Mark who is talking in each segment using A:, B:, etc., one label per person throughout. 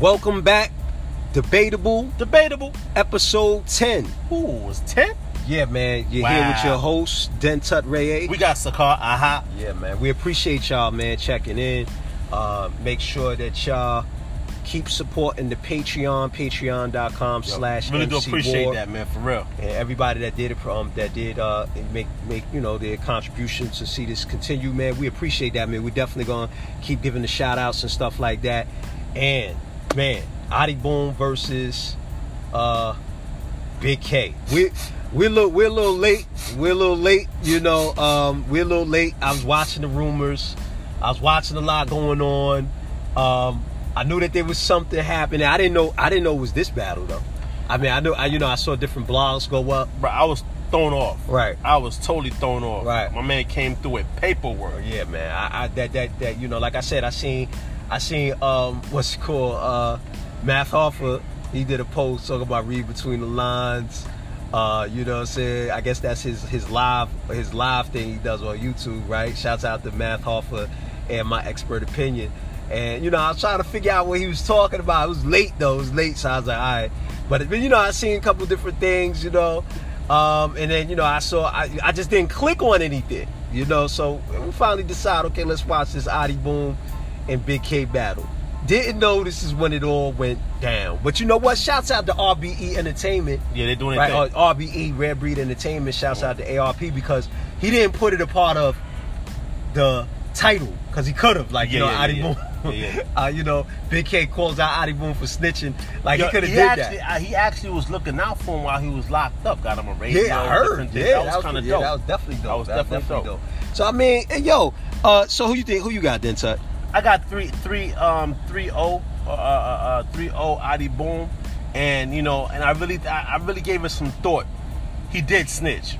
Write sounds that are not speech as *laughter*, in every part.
A: Welcome back, Debatable,
B: Debatable.
A: episode 10.
B: Ooh, it's 10?
A: Yeah, man, you're here
B: Wow.
A: with your host, Dentut Ray.
B: We got Sakar Aha.
A: yeah, man, we appreciate y'all, man, checking in. Uh, make sure that y'all keep supporting the Patreon, patreon.com slash
B: Really do
A: MC
B: appreciate
A: War.
B: that, man, for real.
A: and everybody that did um, that did uh, make make you know their contributions to see this continue, man. We appreciate that, man. We're definitely gonna keep giving the shout outs and stuff like that. And man, Adi Boom versus uh, Big K. We we look we're a little late. We're a little late. You know, um, we're a little late. I was watching the rumors. I was watching a lot going on. Um, I knew that there was something happening. I didn't know. I didn't know it was this battle though. I mean, I know. I you know I saw different blogs go up.
B: Bro, I was thrown off.
A: Right.
B: I was totally thrown off.
A: Right.
B: My man came through with paperwork.
A: Yeah, man. I, I that that that you know, like I said, I seen, I seen um what's it called uh, Math Hoffa. He did a post talking about read between the lines. Uh, you know what I'm saying? I guess that's his his live his live thing he does on YouTube, right? Shouts out to Math Hoffa and my expert opinion. And you know, I was trying to figure out what he was talking about. It was late though. It was late, so I was like, all right. But it- but, you know, I seen a couple different things. You know, um, and then you know, I saw I, I just didn't click on anything. You know, so we finally decide, okay, let's watch this Adi Boom and Big K battle. Didn't know this is when it all went down. But you know what? Shouts out to RBE Entertainment.
B: Yeah, they're doing
A: Right,
B: their
A: uh,
B: thing.
A: RBE Red Breed Entertainment. Shouts out to ARP because he didn't put it a part of the title because he could have, like Oh, you
B: Yeah,
A: know,
B: yeah,
A: Adi
B: yeah,
A: Boom.
B: yeah. Yeah,
A: *laughs* uh, you know, Big K calls out Adi Boom for snitching. Like
B: Yo,
A: he could have
B: he
A: did
B: actually,
A: that.
B: uh, he actually was looking out for him while he was locked up. Got him a radio.
A: Yeah, I heard.
B: different things.
A: Yeah,
B: that was kind of
A: yeah,
B: dope.
A: That was definitely dope.
B: That was definitely dope.
A: So I mean, and yo, uh, so who you think? Who you got then, Tut?
B: I got three, three, um, three O, uh, uh, uh, three O, Adi Boom, and you know, and I really, I, I really gave it some thought. He did snitch,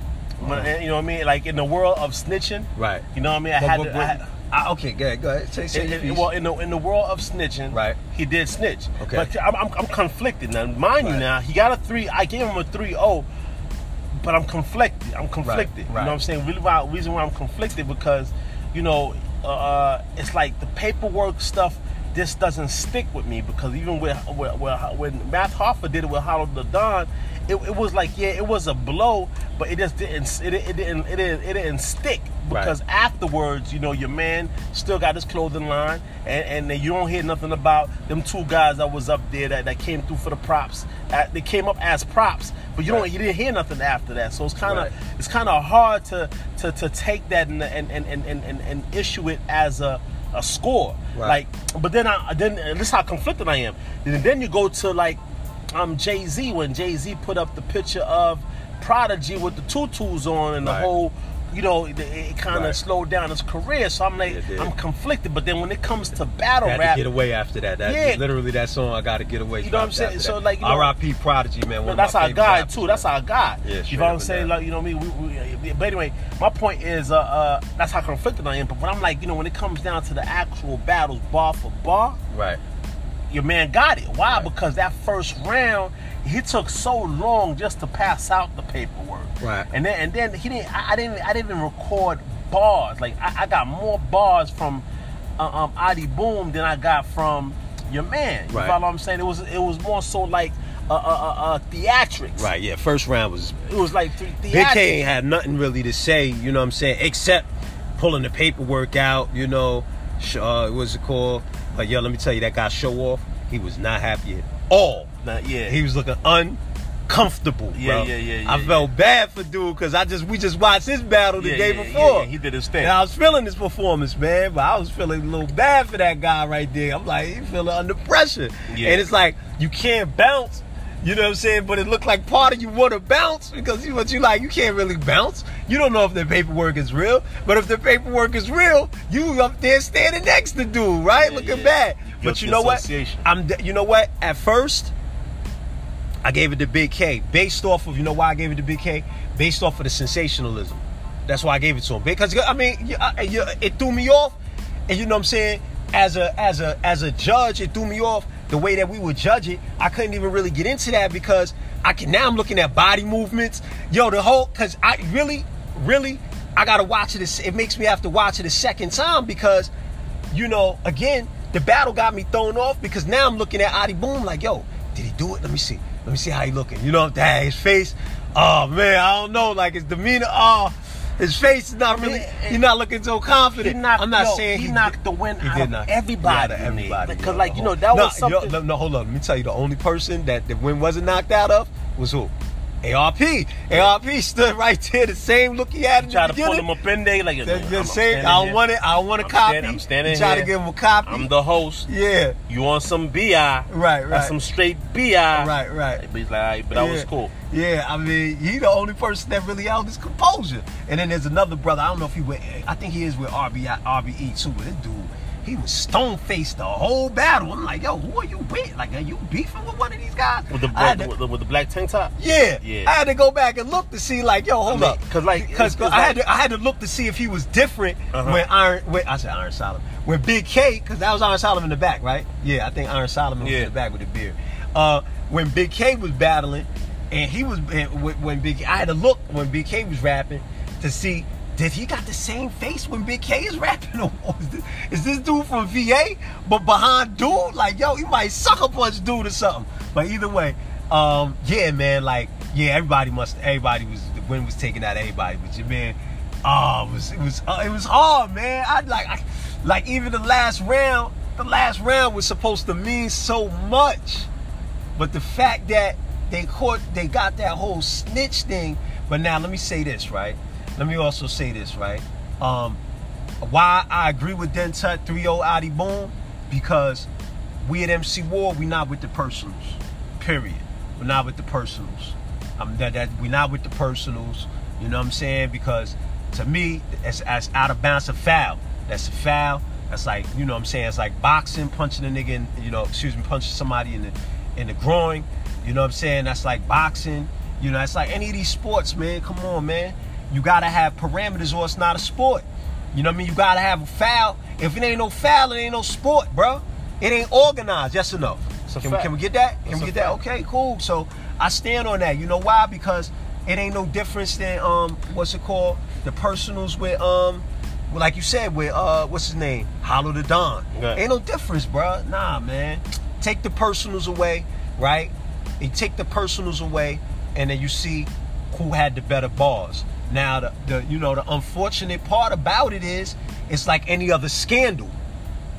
B: But, uh, you know what I mean? Like in the world of snitching,
A: Right.
B: You know what I mean? I
A: But
B: had,
A: what-
B: to,
A: what-
B: I had-
A: I- Uh, okay, go ahead. Go ahead. Say, say
B: it-
A: your
B: it-
A: piece.
B: well, in the in the world of snitching,
A: Right.
B: He did snitch.
A: Okay.
B: But I'm, I'm, I'm conflicted now. Mind
A: Right.
B: you, now he got a three. I gave him a three O, but I'm conflicted. I'm conflicted. You
A: right.
B: know what I'm saying? Really, why, reason why I'm conflicted because, you know, uh, it's like the paperwork stuff. This doesn't stick with me because even with with- with- when Matt Hoffa did it with Hollow the Don, it, it was like yeah, it was a blow, but it just didn't it, it didn't it didn't it didn't stick
A: Right.
B: because afterwards, you know, your man still got his clothing line, and, and then you don't hear nothing about them two guys that was up there that, that came through for the props. Uh, they came up as props, but you
A: Right.
B: don't you didn't hear nothing after that. So it's kind of
A: Right.
B: it's kind of hard to, to to take that and and and and, and, and- and issue it as a a score.
A: Right.
B: Like, but then I then and this is how conflicted I am. And then you go to like um Jay Z when Jay Z put up the picture of Prodigy with the tutus on and
A: Right.
B: the whole. You know, it, it kind of
A: Right.
B: slowed down his career, so I'm like,
A: It did.
B: I'm conflicted. But then when it comes to battle
A: Got
B: Oh, rap,
A: to get away after that. That
B: Yeah.
A: literally that song. I got to get away.
B: You know what I'm
A: dropped
B: saying?
A: after
B: So,
A: that.
B: like, you know-
A: R.I.P. Prodigy man. One
B: No,
A: of
B: that's
A: my
B: our
A: favorite
B: guy
A: rappers,
B: too.
A: man.
B: That's our guy.
A: Yeah,
B: you
A: straight
B: know what
A: up
B: I'm saying?
A: and
B: Like, you know what I mean? We, we, but anyway, my point is, uh, uh, that's how conflicted I am. But when I'm like, you know, when it comes down to the actual battles, bar for bar,
A: Right.
B: your man got it. Why?
A: Right.
B: Because that first round, he took so long just to pass out the paperwork.
A: Right.
B: And then and then he didn't. I, I didn't. I didn't even record bars. Like I, I got more bars from uh, um, Adi Boom than I got from your man.
A: Right.
B: You follow what I'm saying? It was it was more so like uh, uh, uh, uh, theatrics.
A: Right. Yeah. First round was
B: It was like th- theatrics.
A: Big K ain't had nothing really to say, you know what I'm saying, except pulling the paperwork out, you know. Sh- Uh, what's it called? But yo, let me tell you, that guy show off, he was not happy at all.
B: Nah, yeah.
A: He was looking uncomfortable.
B: Yeah,
A: bro.
B: yeah, yeah, yeah,
A: I felt bad for dude because I just we just watched his battle the
B: Yeah,
A: day
B: yeah, yeah,
A: before.
B: yeah, he did his thing.
A: And I was feeling his performance, man, but I was feeling a little bad for that guy right there. I'm like, he feeling under pressure.
B: Yeah.
A: And it's like you can't bounce. You know what I'm saying? But it looked like part of you want to bounce because you what you like, you can't really bounce. You don't know if the paperwork is real. But if the paperwork is real, you up there standing next to dude, right?
B: Yeah,
A: Looking
B: yeah.
A: bad. but
B: Guilty
A: you know what?
B: association.
A: I'm you know what? At first, I gave it to Big K based off of you know why I gave it to Big K based off of the sensationalism. That's why I gave it to him because I mean you- I- you- it threw me off, and you know what I'm saying. As a as a as a judge, it threw me off the way that we would judge it. I couldn't even really get into that because I can now I'm looking at body movements. Yo, the whole because I really really I gotta watch it. a s- It makes me have to watch it a second time because you know, again, the battle got me thrown off because now I'm looking at Adi Boom like, yo, did he do it? Let me see. Let me see how he looking. You know, dang, his face. Oh man, I don't know. Like his demeanor. Oh, his face is not really.
B: Yeah,
A: He's not looking so confident.
B: He knocked,
A: I'm not
B: yo,
A: saying
B: he,
A: he
B: knocked the wind
A: He
B: out
A: did
B: of
A: knock
B: everybody.
A: yeah, out of everybody.
B: Because,
A: yeah,
B: like,
A: the
B: you
A: whole-
B: know, that
A: No,
B: was
A: yo,
B: something.
A: no, no, hold on. Let me tell you, the only person that the win wasn't knocked out of was who? ARP. ARP stood right there, the same look he had in
B: try
A: the
B: to
A: beginning.
B: pull him up in there. Like,
A: That's
B: I'm-
A: the
B: I'm
A: same.
B: standing
A: I
B: here.
A: want it. I want a
B: I'm
A: copy.
B: standing- I'm standing
A: You try to
B: here.
A: give him a copy.
B: I'm the host.
A: yeah.
B: You want some bi? Right,
A: Right, right.
B: Some straight bi.
A: Right, right.
B: But he's like, all right, but that was
A: Yeah.
B: cool.
A: Yeah, I mean, he the only person that really held his composure. And then there's another brother. I don't know if he went. I think he is with RBI, RBE E too. But this dude, he was stone faced the whole battle. I'm like, yo, who are you with? Like, are you beefing with one of these guys?
B: With the,
A: I had to-
B: with, the, with the black tank top.
A: yeah,
B: Yeah.
A: I had to go back and look to see, like, yo, hold
B: mean,
A: up,
B: 'cause, like,
A: because
B: it's- it's
A: I had
B: like-
A: to, I had to look to see if he was different
B: Uh-huh.
A: when Iron, when, I said Iron Solomon, when Big K, because that was Iron Solomon in the back, right? Yeah, I think Iron Solomon was
B: Yeah.
A: in the back with the beard. Uh, when Big K was battling, and he was and when, when Big, I had to look when Big K was rapping to see. Did he got the same face when Big K is rapping? *laughs* Or is this, is this dude from VA, but behind dude? Like, yo, he might sucker punch dude or something. But either way, um, yeah, man, like, yeah, everybody must, everybody was, the wind was taking out of everybody, but your man, oh, it was, it was, uh, it was hard, man. I like, I, like even the last round, the last round was supposed to mean so much, but the fact that they caught, they got that whole snitch thing. But now let me say this, right? Let me also say this, right? Um, why I agree with Dentut 3-0 Adi Boom, because we at MC War, we not with the personals. Period. We're not with the personals. I'm that, that we not with the personals. You know what I'm saying? Because to me, that's that's out of bounds a foul. That's a foul. That's like, you know what I'm saying? It's like boxing, punching a nigga in, you know, excuse me, punching somebody in the in the groin. You know what I'm saying? That's like boxing. You know, it's like any of these sports, man. Come on, man. You gotta have parameters or it's not a sport. You know what I mean? You gotta have a foul. If it ain't no foul, it ain't no sport, bro. It ain't organized. Yes or no?
B: It's a
A: Can,
B: fact.
A: can we get that? Can
B: It's
A: we
B: a
A: get that?
B: fact.
A: Okay, cool. So I stand on that. You know why? Because it ain't no difference than um, what's it called? The personals with um, well, like you said, with uh, what's his name? Hollow the Don.
B: Yeah.
A: Ain't no difference, bro. Nah, man. Take the personals away, right? You take the personals away, and then you see who had the better bars. Now, the, the you know the unfortunate part about it is, it's like any other scandal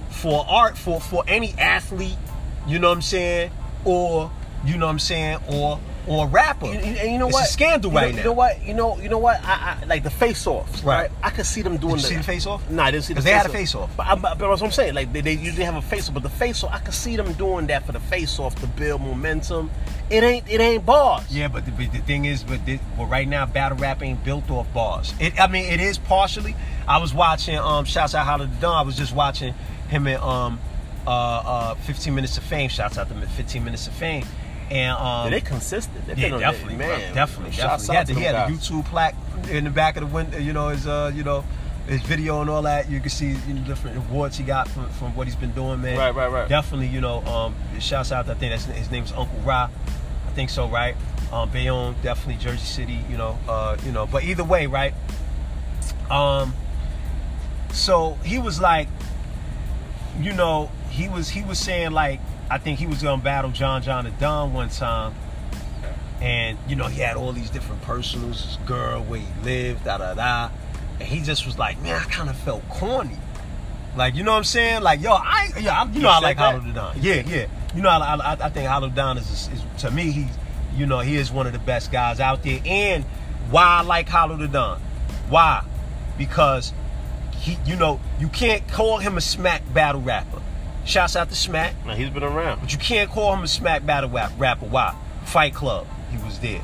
A: for art for for any athlete, you know what I'm saying, or you know what I'm saying, or or a rapper.
B: You- you- and you know
A: it's
B: what?
A: a scandal
B: You know-
A: right
B: You
A: now.
B: know what? You know, you know what? I, I like the face-offs.
A: Right.
B: Right. I could see them doing.
A: you see the face-off?
B: Nah, I didn't see the
A: 'Cause they had a face-off.
B: But, I, but that's what I'm saying. Like they, they usually have a face-off, but the face-off, I could see them doing that for the face-off to build momentum. It ain't, it ain't bars.
A: Yeah, but the, but the thing is, but, this, but right now, battle rap ain't built off bars. It, I mean, it is partially. I was watching. Um, shouts out Holla the Don. I was just watching him in um, uh, uh, 15 Minutes of Fame. Shouts out to him in 15 Minutes of Fame. And um,
B: Yeah, they consistent. They've
A: yeah,
B: been on-
A: definitely,
B: man.
A: bro, definitely,
B: Shouts
A: definitely. He
B: out
A: had, the,
B: to
A: he had the
B: them guys.
A: YouTube plaque in the back of the window. You know his, uh, you know, his video and all that. You can see you know, different awards he got from, from what he's been doing, man.
B: Right, right, right.
A: Definitely, you know. Um, shouts out. I think that's his name's Uncle Ra. I think so, right? Um, Bayonne, definitely Jersey City. You know, uh, you know. But either way, right? Um, so he was like, you know, he was he was saying like, I think he was gonna battle John John and Don one time, and you know he had all these different personals, his girl, where he lived, da da da, and he just was like, man, I kind of felt corny, like you know what I'm saying, like yo, I yo, I, you know I
B: said
A: like
B: that?
A: Hollow the Don, yeah, yeah, you know I I, I think Hollow Don is, is to me he's you know he is one of the best guys out there, and why I like Hollow the Don, why, because he, you know, you can't call him a smack battle rapper. Shouts out to Smack,
B: Now he's been around.
A: but you can't call him a smack battle rap, rapper. Why? Fight Club, he was there.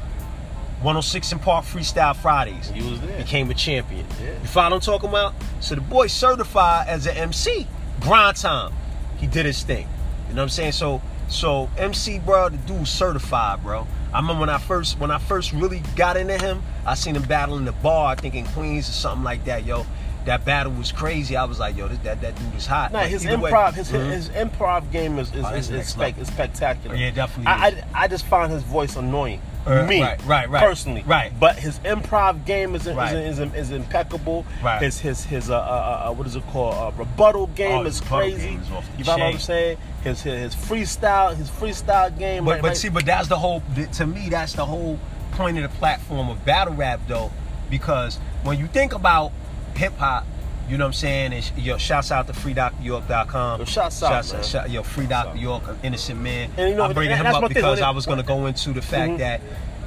A: 106 in Park Freestyle Fridays,
B: He was there.
A: became a champion.
B: Yeah.
A: You follow what I'm talking about? So the boy certified as an MC. Grind time, he did his thing. You know what I'm saying? So, so MC, bro, the dude certified, bro. I remember when I first when I first really got into him, I seen him battle in the bar, I think in Queens or something like that, yo. That battle was crazy. I was like, yo, this, that that dude is hot.
B: Nah,
A: Like,
B: his
A: either way-
B: improv, his,
A: Mhm.
B: his improv game is is,
A: Oh,
B: is,
A: that's
B: is,
A: next
B: spec,
A: level.
B: is spectacular.
A: Yeah, it definitely
B: I, I I just find his voice annoying.
A: Uh,
B: me,
A: right, right, right.
B: personally,
A: Right.
B: But his improv game is
A: Right.
B: is, is, is impeccable.
A: Right.
B: His his his uh, uh, uh what is it called? Uh, rebuttal game
A: Oh,
B: is
A: rebuttal
B: crazy.
A: game is off the
B: you know what I'm
A: chain.
B: saying? His, his his freestyle his freestyle game.
A: But
B: right,
A: but
B: right.
A: see, but that's the whole. th- To me, that's the whole point of the platform of battle rap, though, because when you think about hip hop, you know what I'm saying. And sh- yo, shouts out to freedocnewyork.com.
B: Yo, shouts out, man.
A: shout, yo, free
B: out.
A: Doc York, an innocent man.
B: And you know,
A: I'm bringing
B: that-
A: him
B: that's my
A: up
B: thing,
A: because
B: when it-
A: I was going to go into the fact
B: Mhm.
A: that.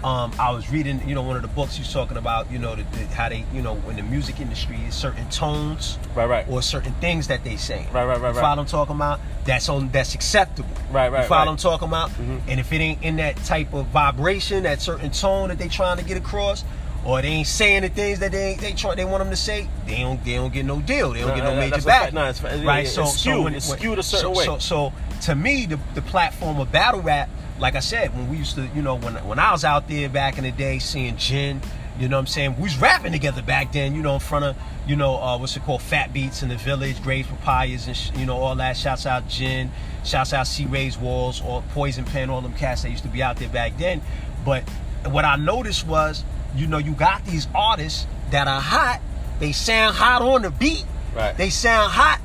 A: Um, I was reading, you know, one of the books you're talking about, you know, the, the, how they, you know, in the music industry, certain tones,
B: Right, right.
A: or certain things that they say,
B: Right, right, right,
A: You
B: right.
A: follow what I'm talking about? That's on, that's acceptable,
B: Right, right,
A: You follow
B: right. Mm-hmm.
A: what I'm talking about. And if it ain't in that type of vibration, that certain tone that they trying to get across, or they ain't saying the things that they they try, they want them to say, they don't they don't get no deal. They don't
B: No,
A: get
B: no,
A: no
B: no,
A: major
B: that's a fact.
A: back.
B: No, it's fa- yeah,
A: right.
B: yeah,
A: so
B: it's
A: so
B: skewed.
A: when,
B: It's
A: when-
B: skewed a certain
A: so,
B: way.
A: So, so to me, the, the platform of battle rap, like I said, when we used to, you know, when when I was out there back in the day, seeing Jen. You know what I'm saying? We was rapping together back then, you know, in front of, you know, uh, what's it called? Fat Beats in the Village, Graves Papayas, and, sh- you know, all that. Shouts out Jen, shouts out C Ray's Walls, or Poison Pen, all them cats that used to be out there back then. But what I noticed was, you know, you got these artists that are hot. They sound hot on the beat.
B: Right.
A: They sound hot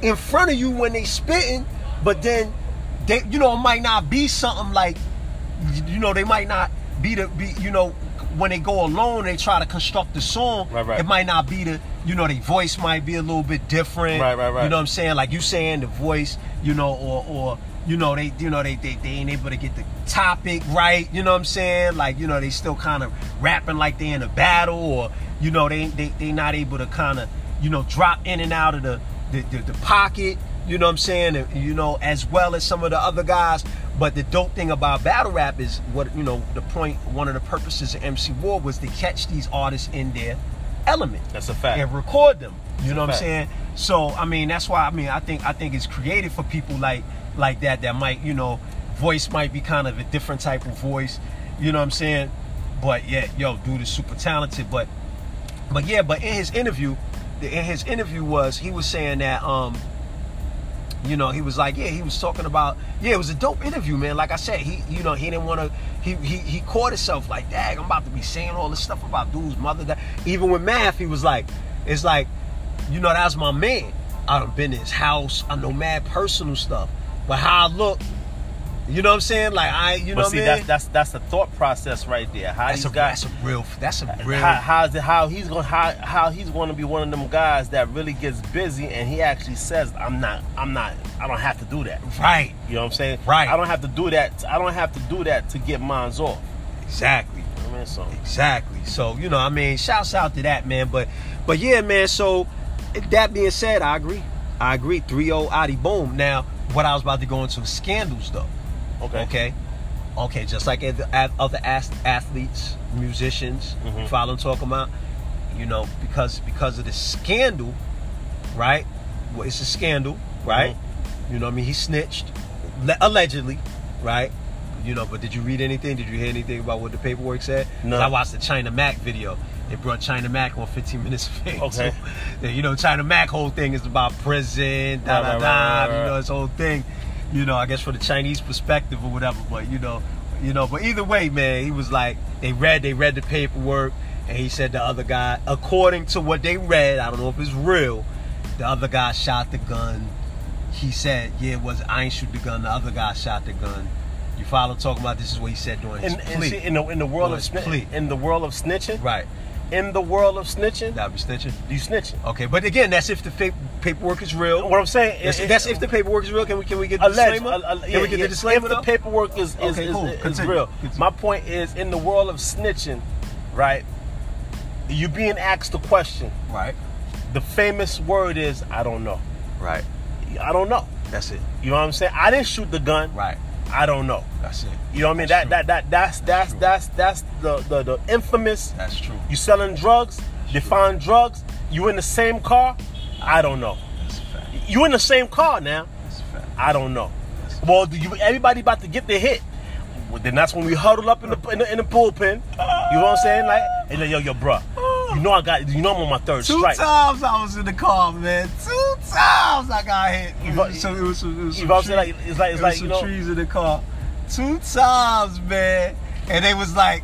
A: in front of you when they spitting, but then they, you know, it might not be something like, you know, they might not be the, be, you know, when they go alone, they try to construct the song.
B: Right, right.
A: It might not be the, you know, their voice might be a little bit different.
B: Right, right, right.
A: You know what I'm saying? Like you saying the voice, you know, or or you know they you know they they, they ain't able to get the topic right. You know what I'm saying? Like you know they still kind of rapping like they in a battle, or you know they they they not able to kind of you know drop in and out of the the, the, the pocket. You know what I'm saying? And, you know as well as some of the other guys. But the dope thing about battle rap is what you know the point. One of the purposes of MC War was to catch these artists in their element
B: That's a fact.
A: and record them. You know what I'm
B: Fact.
A: saying? So I mean that's why I mean I think I think it's created for people like like that that might you know voice might be kind of a different type of voice. You know what I'm saying? But yeah, yo, dude is super talented. But but yeah, but in his interview, the- in his interview was he was saying that um you know, he was like, yeah, he was talking about, yeah, it was a dope interview, man. Like I said, he, you know, he didn't want to, he, he, he caught himself like, dang, I'm about to be saying all this stuff about dude's mother. That even with math, he was like, it's like, you know, that's my man. I done been in his house. I know mad personal stuff, but how I look, you know what I'm saying? Like I, you know
B: but
A: what
B: see,
A: I mean?
B: that's that's that's the thought process right there. How
A: that's
B: these
A: a
B: guys,
A: that's a real, that's a real.
B: how, how's it, how he's going how how he's going to be one of them guys that really gets busy and he actually says, "I'm not, I'm not, I don't have to do that."
A: right,
B: You know what I'm saying?
A: Right.
B: I don't have to do that. I don't have to do that to get mines off.
A: exactly.
B: You know what I mean? So
A: Exactly. So you know, I mean, shouts out to that man. But, but yeah, man. So that being said, I agree. I agree. 3-0 Adi Boom. Now, what I was about to go into is scandals though.
B: okay,
A: Okay. Okay. Just like other other ath- athletes, musicians,
B: Mhm.
A: you follow what I'm talking about. You know, because because of the scandal, right? Well, it's a scandal, right?
B: Mm-hmm.
A: You know, what I mean, he snitched, le- allegedly, right? You know, but did you read anything? Did you hear anything about what the paperwork said? 'Cause
B: No.
A: I watched the China Mac video. They brought China Mac on 15 minutes of fame.
B: Okay.
A: *laughs* So, you know, China Mac whole thing is about prison, da da
B: Right, right, right,
A: da.
B: right, right.
A: You know, this whole thing. You know, I guess for the Chinese perspective or whatever. But you know, you know. But either way, man, he was like, they read, they read the paperwork, and he said the other guy, according to what they read, I don't know if it's real. The other guy shot the gun. He said, yeah, it was I ain't shoot the gun. The other guy shot the gun. You follow talking about this is what he said during his
B: In, in,
A: plea.
B: see, in the in the world
A: Well,
B: of
A: it's
B: sni-
A: plea.
B: in the world of snitching,
A: right.
B: in the world of snitching,
A: That was snitching.
B: you snitching.
A: Okay, but again, that's if the fa- paperwork is real.
B: What I'm saying,
A: That's,
B: it-
A: that's
B: it-
A: if the paperwork is real. Can we can we get the
B: Alleged,
A: disclaimer?
B: uh, uh, yeah,
A: can we get
B: yeah,
A: the disclaimer?
B: If the
A: though?
B: paperwork is, is,
A: Okay,
B: is,
A: cool.
B: is
A: Continue.
B: real.
A: Continue.
B: My point is, in the world of snitching, right? You being asked the question.
A: right,
B: The famous word is, "I don't know."
A: right.
B: I don't know.
A: That's it.
B: You know what I'm saying? I didn't shoot the gun.
A: Right.
B: I don't know.
A: That's it.
B: You know what I mean?
A: That's
B: that, that that that's that's
A: true.
B: that's that's the the, the infamous.
A: That's true.
B: You selling drugs? They find drugs. You in the same car? I don't know.
A: That's a fact.
B: You in the same car now?
A: That's a fact.
B: I don't know. Well, do you, everybody about to get their hit. Well, then that's when we huddle up in the in the, in the bullpen. You know what I'm saying? Like, and then yo, yo, bruh, you know I got, you know I'm on my third
A: Two
B: strike.
A: times I was in the car, man. Two times I got hit. It
B: know-
A: was some- it was some, it was
B: You
A: some
B: know what I'm saying?
A: trees-
B: Like, it's like,
A: it was
B: it's like,
A: some
B: you know,
A: trees in the car. Two times, man. and they was like,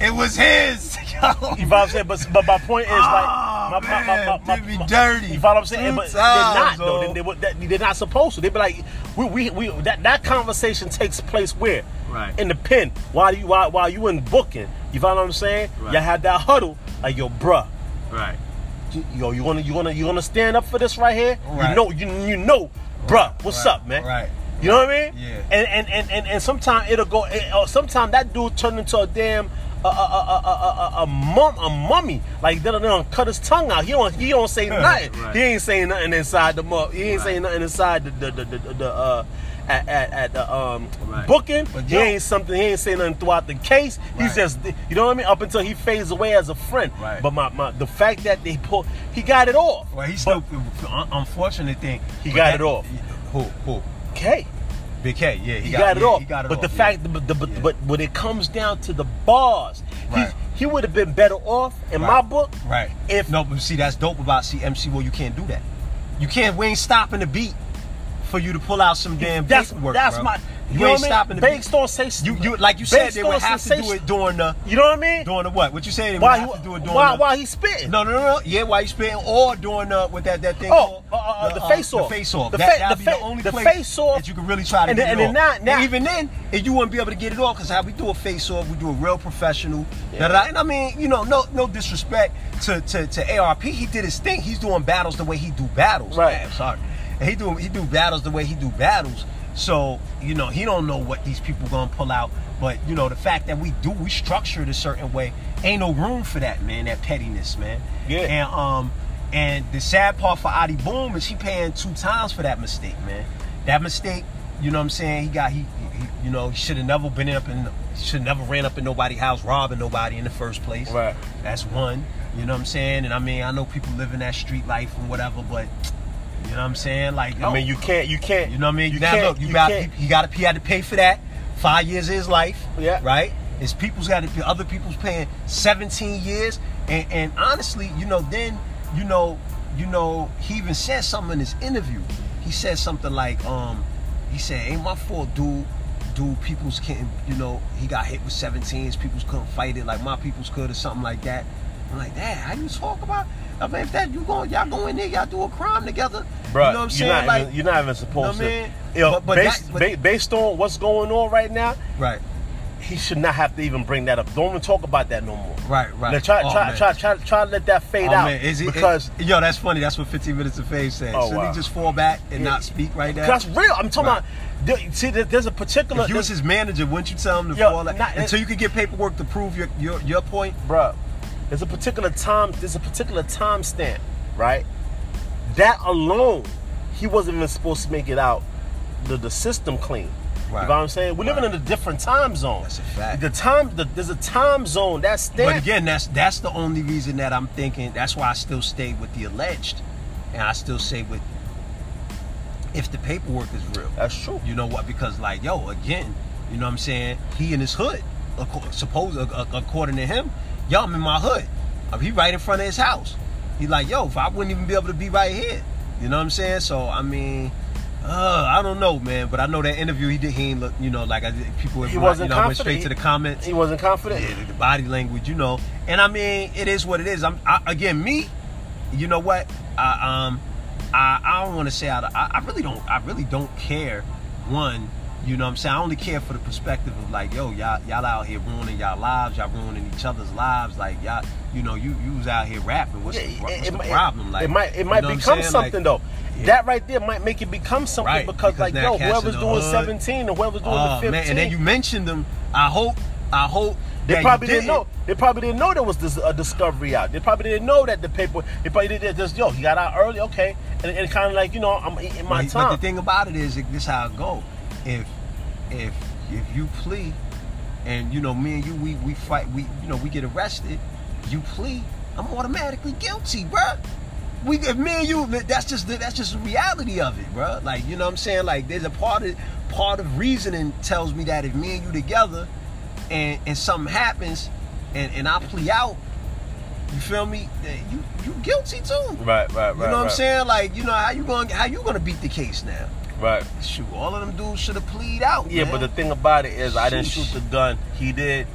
A: it was his. *laughs* Yo.
B: You know what I'm saying? But, but my point is, like,
A: Oh,
B: my, my, my, my,
A: man,
B: my,
A: did me
B: my-
A: dirty.
B: You know what I'm saying? But
A: Two
B: they're not,
A: times,
B: though. They,
A: oh.
B: they, would- that- they're not supposed to. They'd be like, we, we, we, that, that conversation takes place where?
A: Right.
B: In the pen. While you, while, while you in booking. You know what I'm saying?
A: Right.
B: Y'all had that huddle, like, yo, bruh.
A: Right.
B: you- yo, you wanna you wanna you wanna stand up for this right here? You
A: Right.
B: know, you you know, bruh, what's
A: right,
B: up, man?
A: right.
B: You know what I mean?
A: Yeah.
B: And and and and, and sometimes it'll go. It, or sometimes that dude turned into a damn. A, a, a, a, a, a mum a mummy like they don't, they don't cut his tongue out. He don't he don't say nothing.
A: Right.
B: He ain't saying nothing inside the mug. He ain't
A: Right.
B: saying nothing inside the the the, the, the uh at, at, at the um
A: Right.
B: booking.
A: But
B: he
A: yo-
B: ain't something. He ain't saying nothing throughout the case. He's
A: Right.
B: just you know what I mean. Up until he fades away as a friend.
A: Right.
B: But my, my the fact that they pull he got it off.
A: Well, he's still un- unfortunate thing.
B: He
A: but
B: got
A: that-
B: it off.
A: Who? Who?
B: Okay.
A: Big K. Yeah, he,
B: He, got, it
A: yeah,
B: off.
A: He got it
B: but
A: off.
B: the
A: yeah.
B: fact but, the, but,
A: Yeah.
B: but when it comes down to the bars,
A: Right.
B: he he would have been better off in my
A: Right.
B: book.
A: Right.
B: If
A: no, but see, that's dope about CMC. Well, you can't do that. You can't. We ain't stopping the beat for you to pull out some damn
B: that's
A: paperwork.
B: that's
A: bro.
B: my
A: You,
B: know
A: ain't
B: what I mean?
A: stopping the
B: Banks
A: beat.
B: don't say
A: You, you like you said
B: Banks
A: they would
B: don't
A: have to do
B: sensation-
A: it during the
B: You know what I mean?
A: during the what? What you say? They would
B: Why
A: have
B: he
A: to do it during
B: why
A: the
B: why he spitting?
A: No, no, no, no. Yeah, why you spitting or doing the with that that thing? called,
B: Oh, uh, uh, the face-off.
A: The face off.
B: The
A: That,
B: fa-
A: that'd
B: the
A: be the
B: fa-
A: only
B: the
A: place
B: face-off.
A: that you could really try to
B: And
A: get
B: then-
A: it
B: and then
A: off.
B: not- not-
A: and even then, if you wouldn't be able to get it off because how we do a face off, we do a real professional.
B: Yeah.
A: da-da-da. And I mean, you know, no no disrespect to, to to ARP. He did his thing. He's doing battles the way he do battles.
B: Right.
A: Man, sorry. And he do he do battles the way he do battles. So you know he don't know what these people gonna pull out, but you know the fact that we do we structured a certain way ain't no room for that man that pettiness man.
B: Yeah.
A: And um and the sad part for Adi Boom is he paying two times for that mistake man. That mistake you know what I'm saying he got he, he you know he should have never been up in should have never ran up in nobody's house robbing nobody in the first place.
B: Right.
A: That's one. You know what I'm saying? And I mean, I know people living that street life and whatever, but you know what I'm saying? Like,
B: I mean you can't you can't
A: you know what I mean?
B: You
A: now
B: can't
A: look, you,
B: you
A: got
B: can't.
A: he, got he had to pay for that. Five years of his life.
B: Yeah.
A: Right. His people's got to pay. Other people's paying 17 years, and and honestly, you know, then you know, you know, he even said something in his interview. He said something like, um, he said, "Ain't my fault, dude." Dude, people's can't, you know, he got hit with 17s. people's couldn't fight it like my people's could or something like that. I'm like, damn, how you talk about? I mean, if that you going, y'all go in there, y'all do a crime together.
B: Bruh,
A: you know what I'm saying?
B: You're not,
A: like,
B: even, you're not even supposed
A: know what I mean?
B: to. Yo,
A: But- but
B: based,
A: that- but-
B: ba- based on what's going on right now,
A: Right,
B: he should not have to even bring that up. Don't even talk about that no more.
A: right, right.
B: Now try,
A: Oh,
B: try,
A: man.
B: try, try, try to let that fade
A: Oh,
B: out
A: man, is it-
B: because
A: it- yo, that's funny. That's what 15 minutes of fame said.
B: Oh,
A: Should
B: wow.
A: he just fall back and
B: Yeah.
A: not speak right now?
B: that's real. I'm talking
A: Right.
B: about. there- See, there- there's a particular.
A: If you was
B: there's-
A: his manager, wouldn't you tell him to
B: Yo,
A: fall back
B: not-
A: until you could get paperwork to prove your your, your point?
B: bruh, there's a particular time, there's a particular time stamp, right? That alone, he wasn't even supposed to make it out the, the system clean.
A: Right.
B: You know what I'm saying? We're living
A: Right.
B: in a different time zone.
A: That's a fact.
B: The time, the, there's a time zone that stamp.
A: But again, that's that's the only reason that I'm thinking. That's why I still stay with the alleged, and I still say with if the paperwork is real.
B: that's true.
A: You know what? Because like, yo, again, you know what I'm saying? He in his hood, acco- suppose ac- ac- according to him, yo, I'm in my hood. I mean, he right in front of his house. He like, yo, if I wouldn't even be able to be right here. You know what I'm saying? So I mean, uh, I don't know, man. But I know that interview he did. He ain't look, you know, like I did, people.
B: He
A: you
B: wasn't
A: know, went
B: confident.
A: straight to the comments.
B: He wasn't confident.
A: Yeah, the body language, you know. And I mean, it is what it is. I'm I, again me. You know what? I um, I, I don't want to say I, I I really don't I really don't care. One, you know what I'm saying I only care for the perspective of like, yo, y'all y'all out here ruining y'all lives, y'all ruining each other's lives. Like y'all, you know, you you was out here rapping. What's,
B: Yeah,
A: the, what's
B: it,
A: the
B: might-
A: problem? Like
B: it might
A: you
B: it might
A: know what I'm
B: become
A: saying? Like,
B: something though.
A: Yeah.
B: That right there might make it become something
A: Right,
B: because,
A: because
B: like
A: now
B: yo,
A: cats in
B: whoever's
A: the
B: doing
A: hood.
B: 17 or whoever's doing
A: oh
B: the 15,
A: man, and then you mentioned them. I hope I hope
B: They
A: that you
B: probably didn't
A: didn't.
B: know. They probably didn't know there was this, a discovery out. They probably didn't know that the paper. They probably did not just yo. He got out early, okay, and, and kind of like you know I'm in my
A: but, but
B: time.
A: the thing about it is, this how it go. If if if you plea, and you know me and you, we we fight. We you know we get arrested. You plea, I'm automatically guilty, bruh. We if me and you, that's just the, that's just the reality of it, bruh. Like you know what I'm saying. Like there's a part of part of reasoning tells me that if me and you together, and and something happens, and and I plea out, you feel me? then You you guilty too.
B: right, right, right.
A: You know what I'm saying? Like, you know, how you going to how you gonna beat the case now? Right. Shoot, all of them dudes should have plead out.
B: Yeah,
A: man.
B: but the thing about it is, I didn't
A: Sheesh.
B: shoot the gun. He did.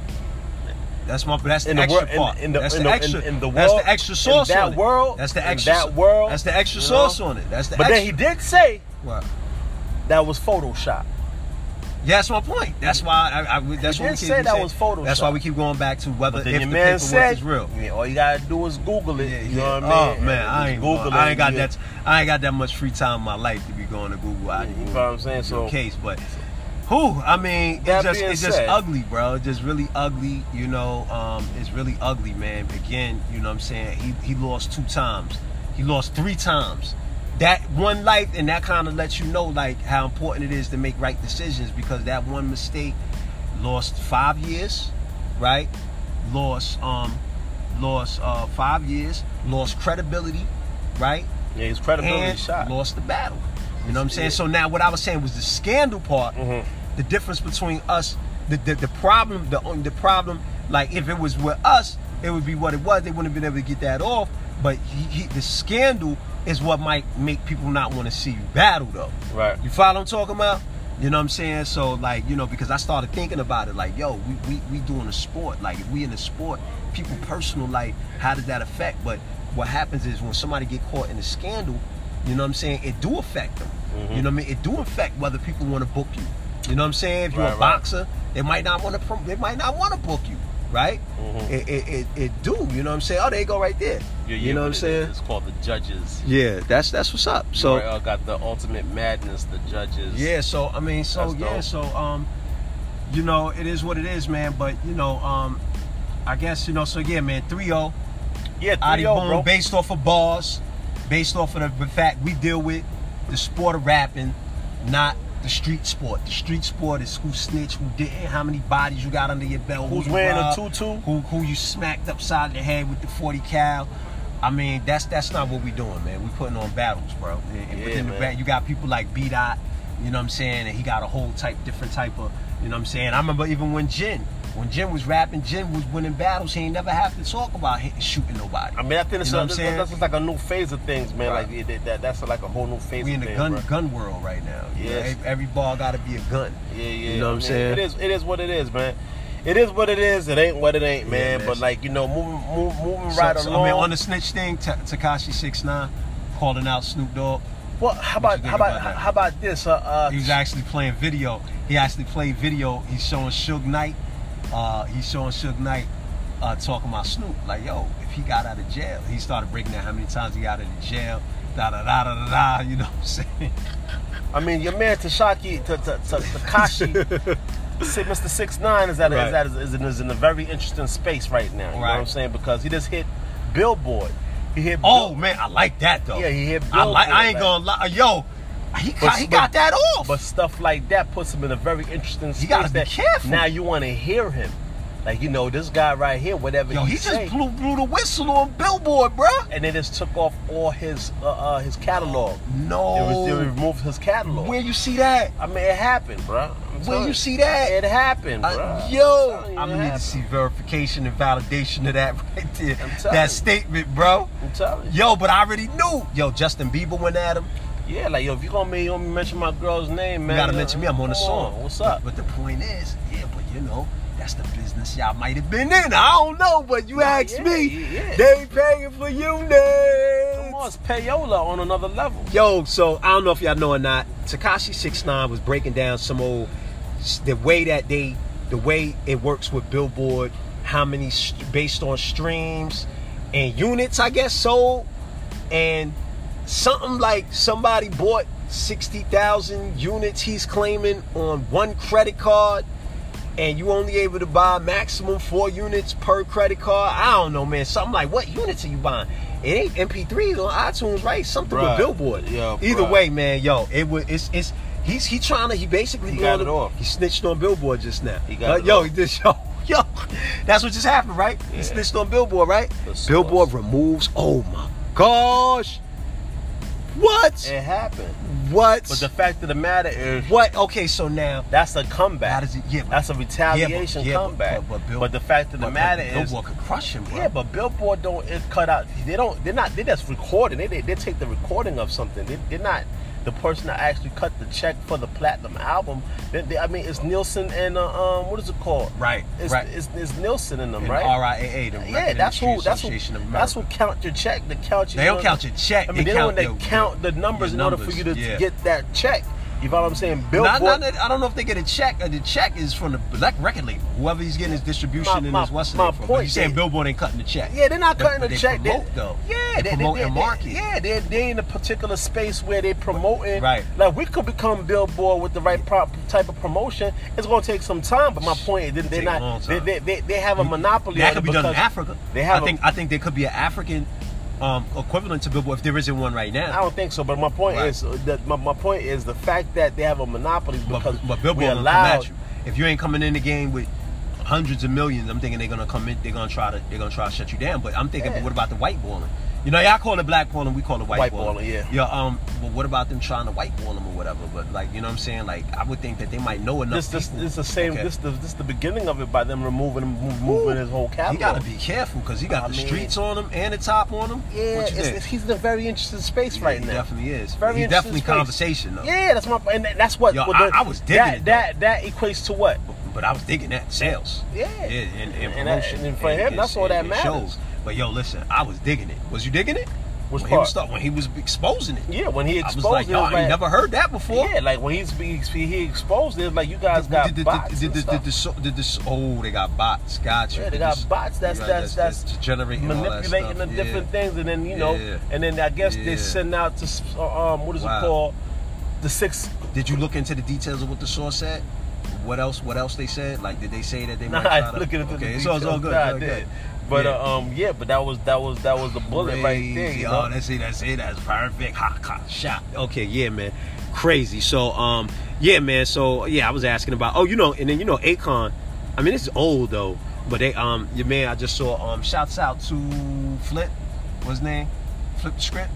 A: that's my that's the,
B: in the
A: extra
B: wor- in-
A: part.
B: in the-
A: that's
B: in
A: the
B: the-
A: extra.
B: in- in the
A: that's
B: world-
A: the extra
B: in
A: sauce
B: that
A: on it.
B: world,
A: That's the
B: in
A: extra
B: that
A: sa-
B: world,
A: That's the extra
B: you
A: sauce
B: know?
A: on it. That's the
B: But
A: extra.
B: then he did say
A: What?
B: that was Photoshop.
A: Yeah, that's my point. That's why I, I, we- that's
B: He
A: what we
B: did
A: keep
B: say
A: we
B: that
A: say-
B: was Photoshop.
A: That's why we keep going back to whether
B: But
A: if
B: then
A: the
B: your man
A: paperwork
B: said,
A: is real.
B: Yeah, all you gotta do is Google it.
A: Yeah,
B: you
A: yeah.
B: know what I mean?
A: Oh man, I ain't
B: Google.
A: Google. I
B: it,
A: ain't got
B: you-
A: that. I ain't got that much free time in my life to be going to Google. I,
B: You know what I'm saying? So
A: case, but who? I mean,
B: That
A: it's just
B: being
A: it's just
B: said-
A: ugly, bro. It's just really ugly. You know, um, it's really ugly, man. Again, you know what I'm saying? He he lost two times. He lost three times. That one life, and that kind of lets you know like how important it is to make right decisions because that one mistake lost five years, right? Lost um, lost uh five years, lost credibility, right?
B: yeah, his credibility
A: and
B: shot.
A: lost the battle. You know what I'm saying? So now what I was saying was the scandal part,
B: Mhm.
A: the difference between us, the, the the problem, the only- the problem, like if it was with us, it would be what it was. They wouldn't have been able to get that off. But he, he, the scandal is what might make people not want to see you battle though.
B: Right.
A: You follow what I'm talking about? You know what I'm saying? So like, you know, because I started thinking about it, like, yo, we we, we doing a sport. Like if we in a sport, people personal life, how does that affect? But what happens is when somebody get caught in a scandal, you know what I'm saying, it do affect them. You know what I mean? It do affect whether people want to book you. You know what I'm saying? If you're
B: Right,
A: a
B: right.
A: boxer, they might not want to they might not want to book you, right? It, it, it it do, you know what I'm saying? Oh, they go right there.
B: Mm-hmm. Yeah, yeah,
A: you know what I'm
B: it is.
A: saying?
B: It's called the judges.
A: Yeah, that's that's what's up.
B: So got the ultimate madness. The judges.
A: Yeah, so I mean, so
B: That's
A: yeah,
B: dope.
A: so um, you know, it is what it is, man. But you know, um, I guess you know. So yeah, man, 3-0,
B: yeah.
A: Adi
B: 3-0,
A: Boom,
B: oh, bro.
A: based off of bars, based off of the fact we deal with the sport of rapping, not the street sport. The street sport is who snitched, who didn't, how many bodies you got under your belt, who
B: Who's
A: you
B: wearing a
A: robbed,
B: tutu?
A: who who you smacked upside the head with the 40 cal. I mean, that's that's not what we doing, man. We putting on battles, bro. And
B: Yeah,
A: within the
B: man.
A: bat, you got people like B Dot, you know what I'm saying, and he got a whole type different type of, you know what I'm saying. I remember even when Jin, when Jin was rapping, Jin was winning battles. He ain't never have to talk about hit, shooting nobody.
B: I mean, I think it's
A: You know what I'm
B: that's,
A: saying?
B: that's just like a new phase of things, man.
A: Right.
B: Like it- it- that, that's like a whole new phase.
A: we
B: of
A: in the
B: things,
A: gun
B: bro.
A: gun world right now. Yeah,
B: Yes.
A: every, every ball got to be a gun.
B: Yeah, yeah.
A: You know what I'm
B: I mean,
A: saying?
B: It is. It is what it is, man. It is what it is. It ain't what it ain't,
A: Yeah,
B: man.
A: man.
B: But like you know, moving, move, moving
A: So-
B: right
A: so,
B: along.
A: I mean, on the snitch thing, Ta- Takashi Six Nine calling out Snoop Dogg.
B: well, how
A: What you
B: about
A: think
B: how about,
A: about that?
B: how about this? Uh, uh,
A: He was actually playing video. He actually played video. He's showing Suge Knight. Uh, he's showing Suge Knight uh, talking about Snoop. Like, yo, if he got out of jail, he started breaking down how many times he got out of jail. Da da da da da. da *laughs* you know what I'm saying?
B: I mean, your man Tashaki, Ta- Ta- Ta-
A: *laughs*
B: Takashi, Si- Mr. Six Nine is at a,
A: Right.
B: is, at a, is, in, is in a very interesting space right now. You know
A: Right.
B: what I'm saying? Because he just hit Billboard. He hit.
A: Oh
B: Bill-
A: man, I like that though.
B: Yeah, he hit
A: I like. I ain't
B: Billboard,
A: gonna lie. Yo, he ca-
B: But-
A: he
B: but-
A: got that off.
B: But stuff like that puts him in a very interesting space.
A: gotta be
B: that
A: careful.
B: Now you want to hear him, like you know this guy right here. Whatever
A: yo,
B: he,
A: he
B: say,
A: just blew, blew the whistle on Billboard, bruh.
B: and they just took off all his uh, uh, his catalog.
A: No.
B: They, was, they removed his catalog.
A: Where you see that?
B: I mean, it happened, bro.
A: Where you see that?
B: It happened, bro.
A: Uh, yo, I'm gonna need to see verification and validation of that *laughs* right there.
B: I'm telling you.
A: That statement, bro.
B: I'm telling you.
A: Yo, but I already knew. Yo, Justin Bieber went at him.
B: Yeah, like yo, if you gonna, make, you gonna mention my girl's name,
A: You
B: man.
A: gotta
B: yo,
A: mention me. I'm on the
B: come
A: song.
B: What's up?
A: But, but the point is, yeah, but you know, that's the business y'all might have been in. I don't know, but you
B: Nah,
A: asked
B: yeah,
A: me.
B: yeah, yeah.
A: They paying for units.
B: Come on, it's payola on another level.
A: Yo, so I don't know if y'all know or not. Takashi Six Nine was breaking down some old the way that they the way it works with Billboard, how many st- based on streams and units, I guess sold, and something like somebody bought sixty thousand units. He's claiming on one credit card. And you only able to buy maximum four units per credit card. I don't know, man. Something like what units are you buying? It ain't MP3s on iTunes, right? Something through
B: Bruh.
A: a billboard.
B: Yo,
A: Either
B: bruh.
A: way, man, yo, it was it's it's he's he trying to he basically
B: He got
A: on
B: it
A: the-
B: off.
A: He snitched on Billboard just now.
B: He got
A: Like,
B: it
A: yo,
B: off.
A: he did *laughs* yo yo. That's what just happened, right? He
B: Yeah.
A: snitched on Billboard, right?
B: The source.
A: Billboard removes. Oh my gosh. What?
B: It happened.
A: What?
B: But the fact of the matter is,
A: what? Okay, so now
B: that's a
A: how
B: comeback.
A: does it? Yeah, but-
B: That's a retaliation
A: yeah, but-
B: comeback.
A: but-
B: But,
A: but Bill-
B: the fact of the
A: but
B: matter
A: Bill-
B: is,
A: Billboard could crush him, bro.
B: yeah, but Billboard don't it cut out. They don't. They're not. They're just recording. They they, they take the recording of something. They, they're not. the person that actually cut the check for the platinum album. They, they- I mean, it's Nielsen and uh, um, what is it called?
A: Right,
B: It's,
A: right.
B: It's, it's Nielsen and them,
A: And
B: right?
A: RIAA, the
B: Yeah,
A: Record
B: that's
A: Industry
B: who. That's who.
A: Association of
B: That's who
A: America.
B: count your check. They count
A: They
B: your.
A: don't count your check.
B: I mean,
A: they
B: they, don't.
A: count
B: They
A: your-
B: count the numbers,
A: your
B: in order for
A: numbers,
B: you to
A: yeah.
B: get that check. You know what I'm saying?
A: Not,
B: Billboard.
A: not that- I don't know if they get a check. Uh, The check is from the black record label. Whoever he's getting his distribution
B: My-
A: and
B: my-
A: his what's
B: my
A: name from. But
B: point
A: You're saying
B: is-
A: Billboard ain't cutting the check.
B: Yeah, they're not
A: They-
B: cutting
A: but
B: the
A: they
B: check.
A: Promote, though.
B: Yeah,
A: they, promote
B: they,
A: and
B: they-
A: market.
B: Yeah, they're, they in a particular space where they're promoting.
A: Right.
B: Like we could become Billboard with the right prop, type of promotion. It's gonna take some time, but my point is
A: Take
B: they're
A: a long
B: not. They,
A: time.
B: they, they, they have a monopoly. on
A: That could
B: it
A: be done in
B: because
A: Africa.
B: They have.
A: I
B: a-
A: think I think there could be an African um, equivalent to Billboard if there isn't one right
B: I
A: now.
B: don't think so, but my point
A: Right.
B: is that my, my point is the fact that they have a monopoly is
A: But,
B: because
A: but
B: we
A: Billboard will come
B: allowed
A: at you. If you ain't coming in the game with hundreds of millions, I'm thinking they're gonna come in. They're gonna try to. They're gonna try to shut you down. But I'm thinking,
B: Yeah.
A: what about the white balling? You know, y'all call it black balling. We call it white,
B: White
A: balling.
B: balling, yeah.
A: Yeah. Um. But what about them trying to white ball them or whatever? But like, you know what I'm saying? Like, I would think that they might know enough.
B: This, this,
A: people.
B: this the same.
A: Okay.
B: This, the, this the beginning of it by them removing him, mov- moving his whole
A: He
B: catalog.
A: gotta be careful because he got
B: I
A: the
B: mean-
A: streets on him and the top on him.
B: Yeah,
A: What you
B: it's,
A: think?
B: it's, he's in a very interesting space
A: Yeah,
B: right
A: he
B: now.
A: definitely is.
B: Very
A: He's
B: interesting
A: definitely
B: space.
A: conversation though.
B: Yeah, that's my and that- that's what.
A: Yo,
B: what the-
A: I- I was digging
B: that,
A: it, though.
B: that that equates to what?
A: But I was thinking that sales.
B: Yeah.
A: and, and
B: And that-
A: promotion.
B: and for him, that's all that
A: it
B: matters.
A: shows. But yo, listen, I was digging it. Was you digging it?
B: Which
A: when he
B: part?
A: was start- when he was exposing it.
B: Yeah, when he
A: I
B: exposed
A: was like,
B: it,
A: yo,
B: it
A: I
B: was
A: ain't
B: like-
A: never heard that before.
B: Yeah, like when he's he, he exposed it, like you guys got
A: Did- did-
B: bots
A: did-
B: and
A: did-
B: stuff.
A: did- so- did this- oh, they got bots. Got you.
B: Yeah, they
A: Did
B: got
A: this-
B: bots. That's-
A: you know,
B: that's- that's
A: generating all that
B: manipulating the
A: stuff. Yeah.
B: different things, and then you know,
A: Yeah.
B: and then I guess
A: Yeah.
B: they send out to s- uh, um what is
A: Wow.
B: it called? The six.
A: Did you look into the details of what the source said? What else? What else they said? Like, did they say that they might
B: Nah,
A: try
B: I *laughs*
A: to?
B: look at it through
A: okay,
B: the
A: it's all, it's all
B: details.
A: good.
B: Nah,
A: it's
B: I
A: all
B: did.
A: good.
B: But
A: Yeah.
B: uh, um, yeah, but that was that was that was the bullet right there.
A: Crazy.
B: You
A: Oh,
B: know?
A: that's it. That's it. That's perfect. Ha, ha, shot. Okay, yeah, man. Crazy. So, um, yeah, man. So, yeah, I was asking about. Oh, you know, and then you know, Akon. I mean, it's old though, but they, um, your man. I just saw. Um, shouts out to Flip. What's his name? Flip the script.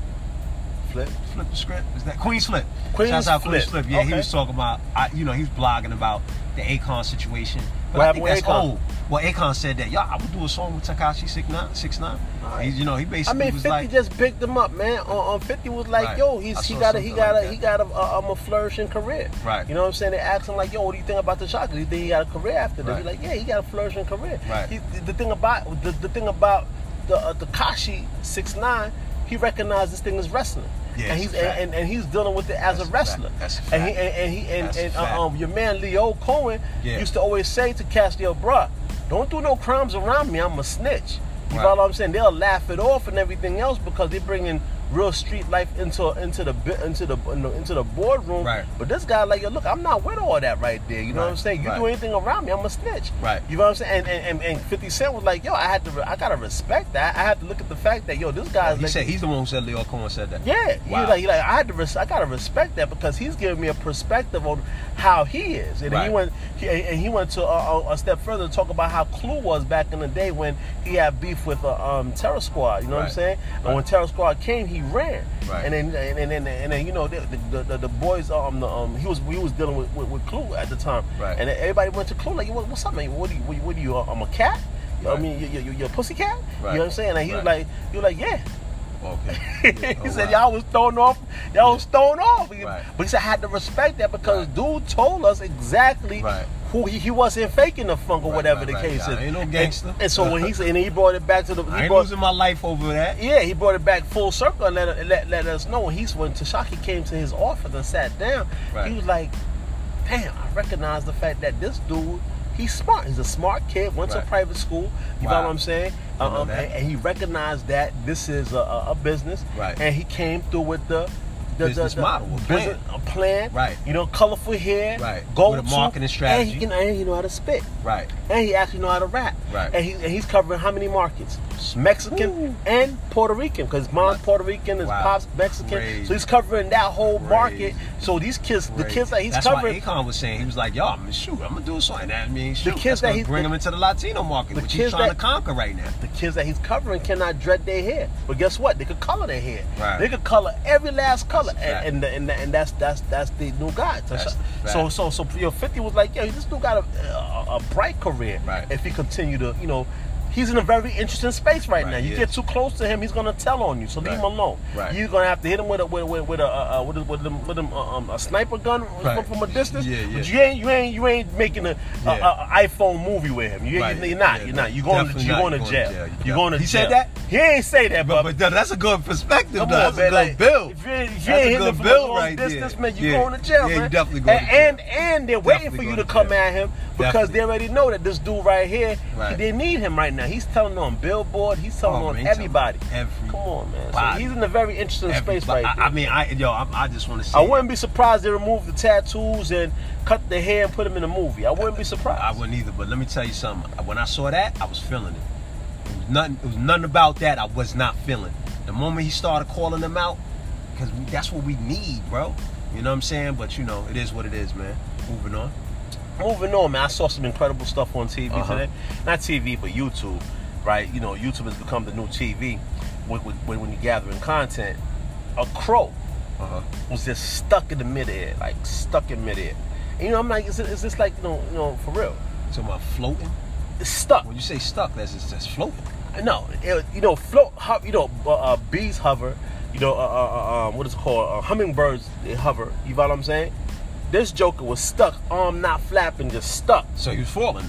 B: Flip.
A: Flip the script. Is that Queen's Flip?
B: Queen's
A: Shouts out Queen's
B: Flip.
A: Flip. Yeah, he
B: Okay.
A: was talking about. I, you know, he was blogging about the Akon situation. But
B: What
A: I
B: happened
A: think
B: with
A: that's
B: Akon?
A: old. Well, Akon said that. Yeah, I would do a song with Takashi Six Nine. Six Nine.
B: Alright.
A: He, you know, he
B: I
A: basically
B: mean,
A: was
B: Fifty
A: like,
B: just picked him up, man. On, on Fifty was like,
A: Right.
B: yo,
A: I
B: he's he
A: saw
B: got a he
A: something
B: got
A: like
B: a
A: that.
B: he got a, a, um, a flourishing career.
A: Right.
B: You know what I'm saying? They asked him like, yo, what do you think about the shot? Do you think he got a career after this?
A: Right.
B: He's like, yeah, he got a flourishing career.
A: Right.
B: He, the, the thing about the, the thing about the uh, the Kashi six nine, he recognized this thing as wrestling.
A: Yeah,
B: and
A: it's
B: he's
A: a fact.
B: and, and, and he's dealing with it as
A: That's a
B: a wrestler.
A: fact. That's a
B: And he
A: fact.
B: and, and he and,
A: That's a
B: and uh,
A: fact.
B: um your man Leo Cohen
A: Yeah.
B: used to always say to Cash, yo, bruh, don't do no crimes around me. I'm a snitch. You
A: Right.
B: follow what I'm saying? They'll laugh it off and everything else because they're bringing real street life into into the bi- into the into the boardroom.
A: Right.
B: But this guy, like, yo, look, I'm not with all that right there. You know what I'm
A: Right,
B: saying? You
A: right.
B: do anything around me, I'm a snitch.
A: Right.
B: You know what I'm saying? And and, and, and 50 Cent was like, yo, I had to, re- I gotta respect that. I had to look at the fact that, yo, this guy's
A: He
B: like,
A: said he's the one who said Leo Cohen said that.
B: yeah,
A: Wow.
B: he like, he like I had to, res- I gotta respect that because he's giving me a perspective on how he is, and
A: Right.
B: he went, he, and he went to uh, a, a, a step further to talk about how Clue was back in the day when he had beef with a um, Terror Squad. You know what I'm
A: Right.
B: saying?
A: Right.
B: And when Terror Squad came, he ran,
A: Right.
B: and then and then and then, and then you know the the, the, the boys um, the, um he was we was dealing with, with, with Clue at the time,
A: Right.
B: and then everybody went to Clue like, "What- what's up, man? What do you, what, do you- what do you? uh, I'm a cat. You know what
A: Right.
B: I mean, you, you, you, you a pussy cat. You know
A: Right.
B: what I'm saying? And he was
A: Right.
B: like, he was like, yeah
A: Okay.
B: *laughs* he
A: Oh,
B: said
A: wow.
B: y'all was thrown off. Y'all was thrown off. He-
A: Right.
B: But he said I had to respect that because dude told us exactly
A: Right.
B: who he, he wasn't faking the funk or
A: Right,
B: whatever
A: right,
B: the
A: right.
B: case
A: I
B: is.
A: ain't no
B: And-
A: gangster.
B: And, so when he said, and he brought it back to the. He
A: I ain't
B: brought,
A: losing my life over that.
B: yeah, he brought it back full circle and let, let, let us know. And he's when Tashaki came to his office and sat down,
A: Right.
B: he was like, damn, I recognize the fact that this dude, he's smart. He's a smart kid, went
A: Right.
B: to private school. You
A: Wow.
B: know what I'm saying?
A: I know
B: Um,
A: that.
B: and, and he recognized that this is a, a, a business.
A: Right.
B: And he came through with the. The,
A: Business model, a plan.
B: business- a plan,
A: Right.
B: You know, colorful hair,
A: Right.
B: Go
A: With a
B: to,
A: marketing
B: and
A: strategy.
B: he can, and he know how to spit
A: Right.
B: and he actually know how to rap.
A: Right.
B: And, he, and he's covering how many markets? Mexican
A: Ooh.
B: and Puerto Rican, because mom's
A: Wow.
B: Puerto Rican, his
A: Wow.
B: pops Mexican.
A: Crazy.
B: So he's covering that whole market.
A: Crazy.
B: So these kids, the kids that he's
A: That's
B: covering,
A: what Akon was saying. He was like, "Yo, I'm shoot. I'm gonna do something." That means shoot.
B: kids
A: that's
B: that
A: gonna
B: he's-
A: bring
B: the-
A: him into the Latino market,
B: the
A: which he's
B: kids
A: trying
B: that-
A: to conquer right now.
B: the kids that he's covering cannot dread their hair. But guess what? They could color their hair.
A: Right.
B: They could color every last color,
A: That's a fact.
B: and and, and, and that's that's that's the new guy. So
A: That's a
B: so,
A: fact.
B: so so you know, Fifty was like, yo, this dude got a, a, a bright career
A: Right.
B: if he continue to you know. he's in a very interesting space right,
A: Right,
B: now. You
A: he
B: get
A: is.
B: too close to him, he's gonna tell on you. So leave
A: Right.
B: him alone.
A: Right.
B: You're gonna have to hit him with a with, with, with a uh, uh, with, a- with, them- with them, uh, um, a sniper gun
A: Right.
B: from a distance.
A: Yeah, yeah.
B: But you ain't you ain't you ain't making a, a,
A: Yeah.
B: a- a iPhone movie with him. You,
A: Right.
B: are not.
A: Yeah,
B: you're
A: no,
B: not. You're going to
A: definitely
B: you're
A: not.
B: going to
A: You're
B: jail. You're going to
A: He
B: jail.
A: said that?
B: He ain't say that,
A: But,
B: but
A: but that's a good perspective,
B: Come
A: though.
B: on,
A: That's
B: man.
A: a good
B: like,
A: bill.
B: If you ain't, if you
A: That's
B: ain't
A: a
B: hitting
A: good
B: him from
A: bill
B: a long
A: right
B: distance,
A: there.
B: man, you
A: Yeah.
B: going to jail,
A: Yeah,
B: man.
A: you definitely going to
B: and,
A: jail.
B: And, and they're waiting
A: Definitely
B: for you
A: going
B: to
A: to
B: come
A: jail.
B: at him because
A: Definitely.
B: they already know that this dude right here,
A: Right.
B: they need him right now. He's telling on Billboard. He's telling
A: Oh,
B: on
A: man, he's telling
B: everybody.
A: everybody.
B: Come on, man. So
A: Everybody.
B: he's in a very interesting space right
A: Everybody-
B: now.
A: I, I mean, I yo, I, I just want to see.
B: I
A: that.
B: wouldn't be surprised they remove the tattoos and cut the hair and put him in a movie. I wouldn't be surprised.
A: I wouldn't either. But let me tell you something. When I saw that, I was feeling it. It was nothing. It was nothing about that. I was not feeling. The moment he started calling them out, because that's what we need, bro. You know what I'm saying? But you know, it is what it is, man. Moving on.
B: moving on, man. I saw some incredible stuff on TV
A: Uh-huh.
B: today. Not TV, but YouTube, right? You know, YouTube has become the new TV when, when, when you're gathering content. A crow
A: Uh huh.
B: was just stuck in the midair, like stuck in midair. And, you know, I'm like, is, it, is this like, you know, you know, for real?
A: So about floating.
B: It's stuck.
A: When you say stuck, that's just that's floating.
B: No, it, you know, float, hop, you know, uh, uh, bees hover. You know, uh, uh, uh, um, what is it called? Uh, hummingbirds they hover. You know what I'm saying? This Joker was stuck, arm not flapping, just stuck.
A: So he was falling.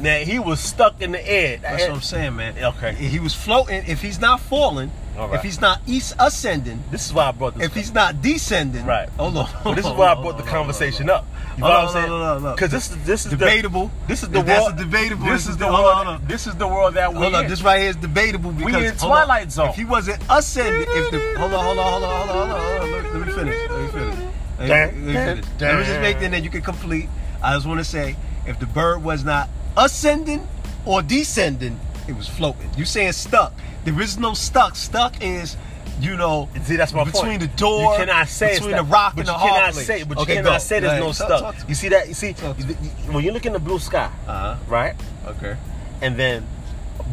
B: Now he was stuck in the air.
A: That's what I'm saying, man.
B: Okay.
A: If He was floating. If he's not falling,
B: All right.
A: if he's not east ascending,
B: This is why I brought this.
A: if he's not descending,
B: Right.
A: Hold on.
B: But *laughs* this is why I brought the conversation up. You know
A: Hold
B: what
A: on,
B: I'm saying?
A: hold on, hold on.
B: Because this is this is the-
A: Debatable.
B: this is the
A: That's
B: world.
A: a debatable.
B: This
A: It's
B: is
A: a
B: the
A: de- hold
B: world.
A: on, hold on.
B: This is the world that we're
A: Hold on,
B: in.
A: this right here is debatable because
B: in
A: hold on,
B: Twilight Zone.
A: If he wasn't ascending, if the hold on, hold on, hold on, hold on, hold on, hold on. Let, let me finish. Let me finish. Let, let me finish. Let me just make that, then you can complete. I just want to say, if the bird was not ascending or descending, it was floating. You saying stuck? There is no stuck. Stuck is. You know,
B: See, that's my
A: between
B: point.
A: the door,
B: you cannot say it's
A: between the
B: not-
A: rock
B: but
A: and the
B: you
A: hard
B: cannot
A: place.
B: say, but
A: okay,
B: you cannot
A: go.
B: say there's
A: Go
B: no
A: ahead. Talk-
B: stuff.
A: talk to me.
B: you see that? You see,
A: Talk to
B: you- you- when you look in the blue sky,
A: Uh-huh.
B: right,
A: Okay.
B: and then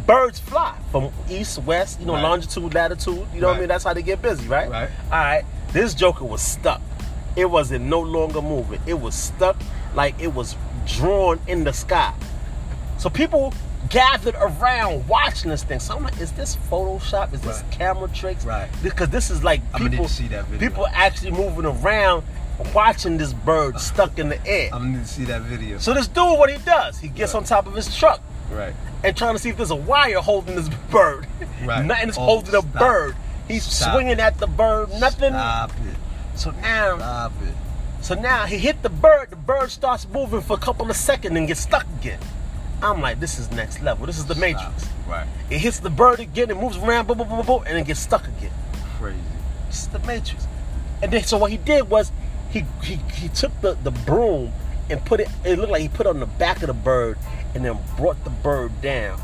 B: birds fly from east, west, you know,
A: Right.
B: longitude, latitude. You know what I
A: Right.
B: mean? That's how they get busy, right?
A: Right.
B: All right. This Joker was stuck. It wasn't no longer moving. It was stuck like it was drawn in the sky. So people gathered around watching this thing. So I'm like, is this Photoshop? Is this
A: Right.
B: camera tricks?
A: Right.
B: Because this is like
A: I'ma need
B: people
A: to see that video.
B: people actually moving around watching
A: *laughs*
B: this bird stuck in the air.
A: I'm gonna need to see that video.
B: So this dude, what he does, he gets
A: Right.
B: on top of his truck
A: Right.
B: and trying to see if there's a wire holding this bird.
A: Right.
B: Nothing's
A: Oh,
B: holding the
A: stop.
B: bird. He's
A: Stop.
B: swinging at the bird. Nothing.
A: Stop it.
B: So now,
A: Stop it.
B: so now he hit the bird. The bird starts moving for a couple of seconds and gets stuck again. I'm like, this is next level. This is the Matrix.
A: Stop. Right.
B: It hits the bird again. It moves around, boom, boom, boom, boom, boom, and it gets stuck again.
A: Crazy.
B: This is the Matrix. And then, so what he did was, he he, he took the, the broom and put it. It looked like he put it on the back of the bird, and then brought the bird down.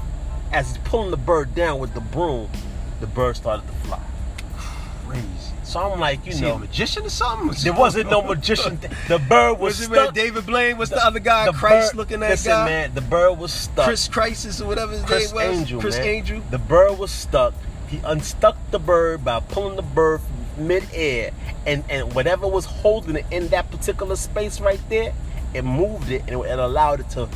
B: As he's pulling the bird down with the broom, the bird started to fly.
A: Crazy.
B: So I'm like, you
A: Is he a
B: know,
A: magician or something?
B: there wasn't
A: *laughs*
B: no magician. thing. The bird
A: Was
B: was
A: it man,
B: stuck.
A: David Blaine? What's the, other guy?
B: The
A: Christ
B: bird-
A: looking at
B: listen,
A: guy?
B: man, the bird was stuck.
A: Chris Crisis or whatever his
B: Chris
A: name was.
B: Angel,
A: Chris
B: man.
A: Angel.
B: The bird was stuck. He unstuck the bird by pulling the bird from midair, and and whatever was holding it in that particular space right there, it moved it and it allowed it to